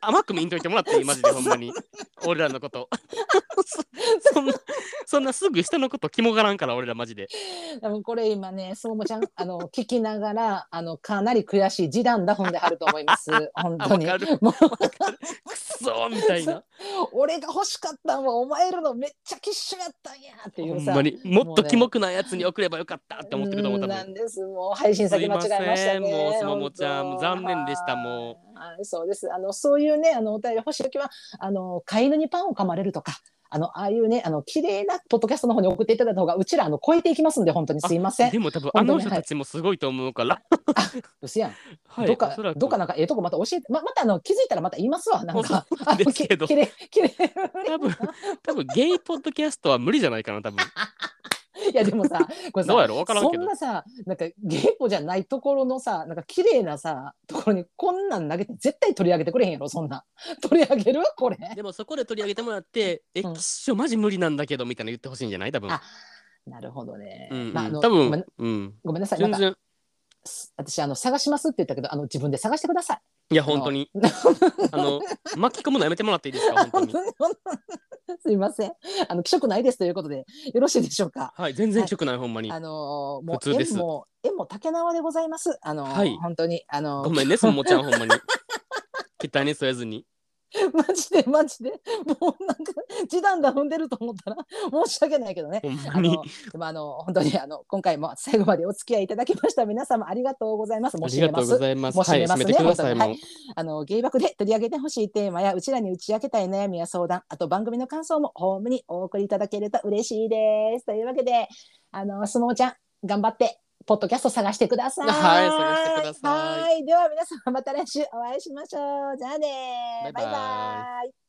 S1: 甘く見んといてもらっていいマジでほんまに俺らのことそんなそんなすぐ人のことキモがらんから俺らマジで
S2: 多分これ今ね、すもも ちゃん、あの、聞きながら、あの、かなり悔しい示談だ踏んではると思います。本
S1: あ
S2: 当
S1: わ
S2: に
S1: か。る
S2: もう、
S1: くそーみたいな
S2: 俺が欲しかったんは、お前らのめっちゃきっしょやったんやってい
S1: ほ
S2: うんさ。
S1: まにもっとキモくないやつに送ればよかったって思ってると思った
S2: うん
S1: も
S2: なんです。もう配信先間違えました
S1: すいません
S2: ね。
S1: もうすももちゃん
S2: 本当
S1: 残念でしたも
S2: う。はい、そうです。あのそういうねあのお便り欲しい時はあの飼い犬にパンを噛まれるとか。あのああいうねあの綺麗なポッドキャストの方に送っていただいた方がうちらあの超えていきますんで本当にすいません
S1: で。も多分あ
S2: 本当
S1: の
S2: に
S1: 人たちもすごいと思うから、
S2: うすやん。
S1: はい、
S2: どっ
S1: お
S2: か
S1: そらく
S2: どっかなんかええとこまた教えてままたあの気づいたらまた言いますわなんか。あの
S1: ですけど
S2: き綺麗綺麗。
S1: 多分多分ゲイポッドキャストは無理じゃないかな多分
S2: いやでもさこれさ
S1: どうやろわからんけ
S2: そん
S1: ど
S2: なさなんかゲポじゃないところのさなんか綺麗なさところにこんなん投げて絶対取り上げてくれへんやろそんな 取り上げるこれ
S1: でもそこで取り上げてもらって「えき
S2: うん
S1: っしょマジ無理なんだけど」みたいな言ってほしいんじゃない多分
S2: あなるほどね、
S1: うんうん
S2: まあ、あの
S1: 多
S2: ごめん
S1: 分、うん、
S2: ごめんなさいなん
S1: 全然
S2: かす私あの探しますって言ったけどあの自分で探してください
S1: いや本当 にあの巻き込むのやめてもらっていいですか本当
S2: 本
S1: に
S2: 当に 本当にすいませんあの気色ないですということでよろしいでしょうか
S1: はい全然低くない、ほんまに
S2: あのーも
S1: 普通
S2: う
S1: です
S2: 縁も縁も竹縄でございますあのー、
S1: はい
S2: 本当にあのー
S1: ごめんねすももちゃんほんまに期待に添えずに
S2: マジでマジでもうなんか時短が踏んでると思ったら申し訳ないけどね
S1: ほんま
S2: あ
S1: に
S2: のでもあの本当にあの今回も最後までお付き合いいただきました皆様ありがとうございます
S1: あ
S2: 申
S1: り
S2: し
S1: が
S2: 上げ
S1: とう
S2: ま
S1: ご
S2: す
S1: ざいます。
S2: もう
S1: は
S2: 締
S1: い、
S2: め
S1: 締
S2: ます
S1: め
S2: ね
S1: てください、
S2: 本当に
S1: もう。
S2: あの芸爆で取り上げてほしいテーマやうちらに打ち明けたい悩みや相談あと番組の感想もホームにお送りいただけると嬉しいですというわけであの相撲ちゃん頑張ってポッドキャスト探してください
S1: はい探してください
S2: はいでは皆様また来週お会いしましょうじゃあね
S1: バイバイ
S2: バイバイ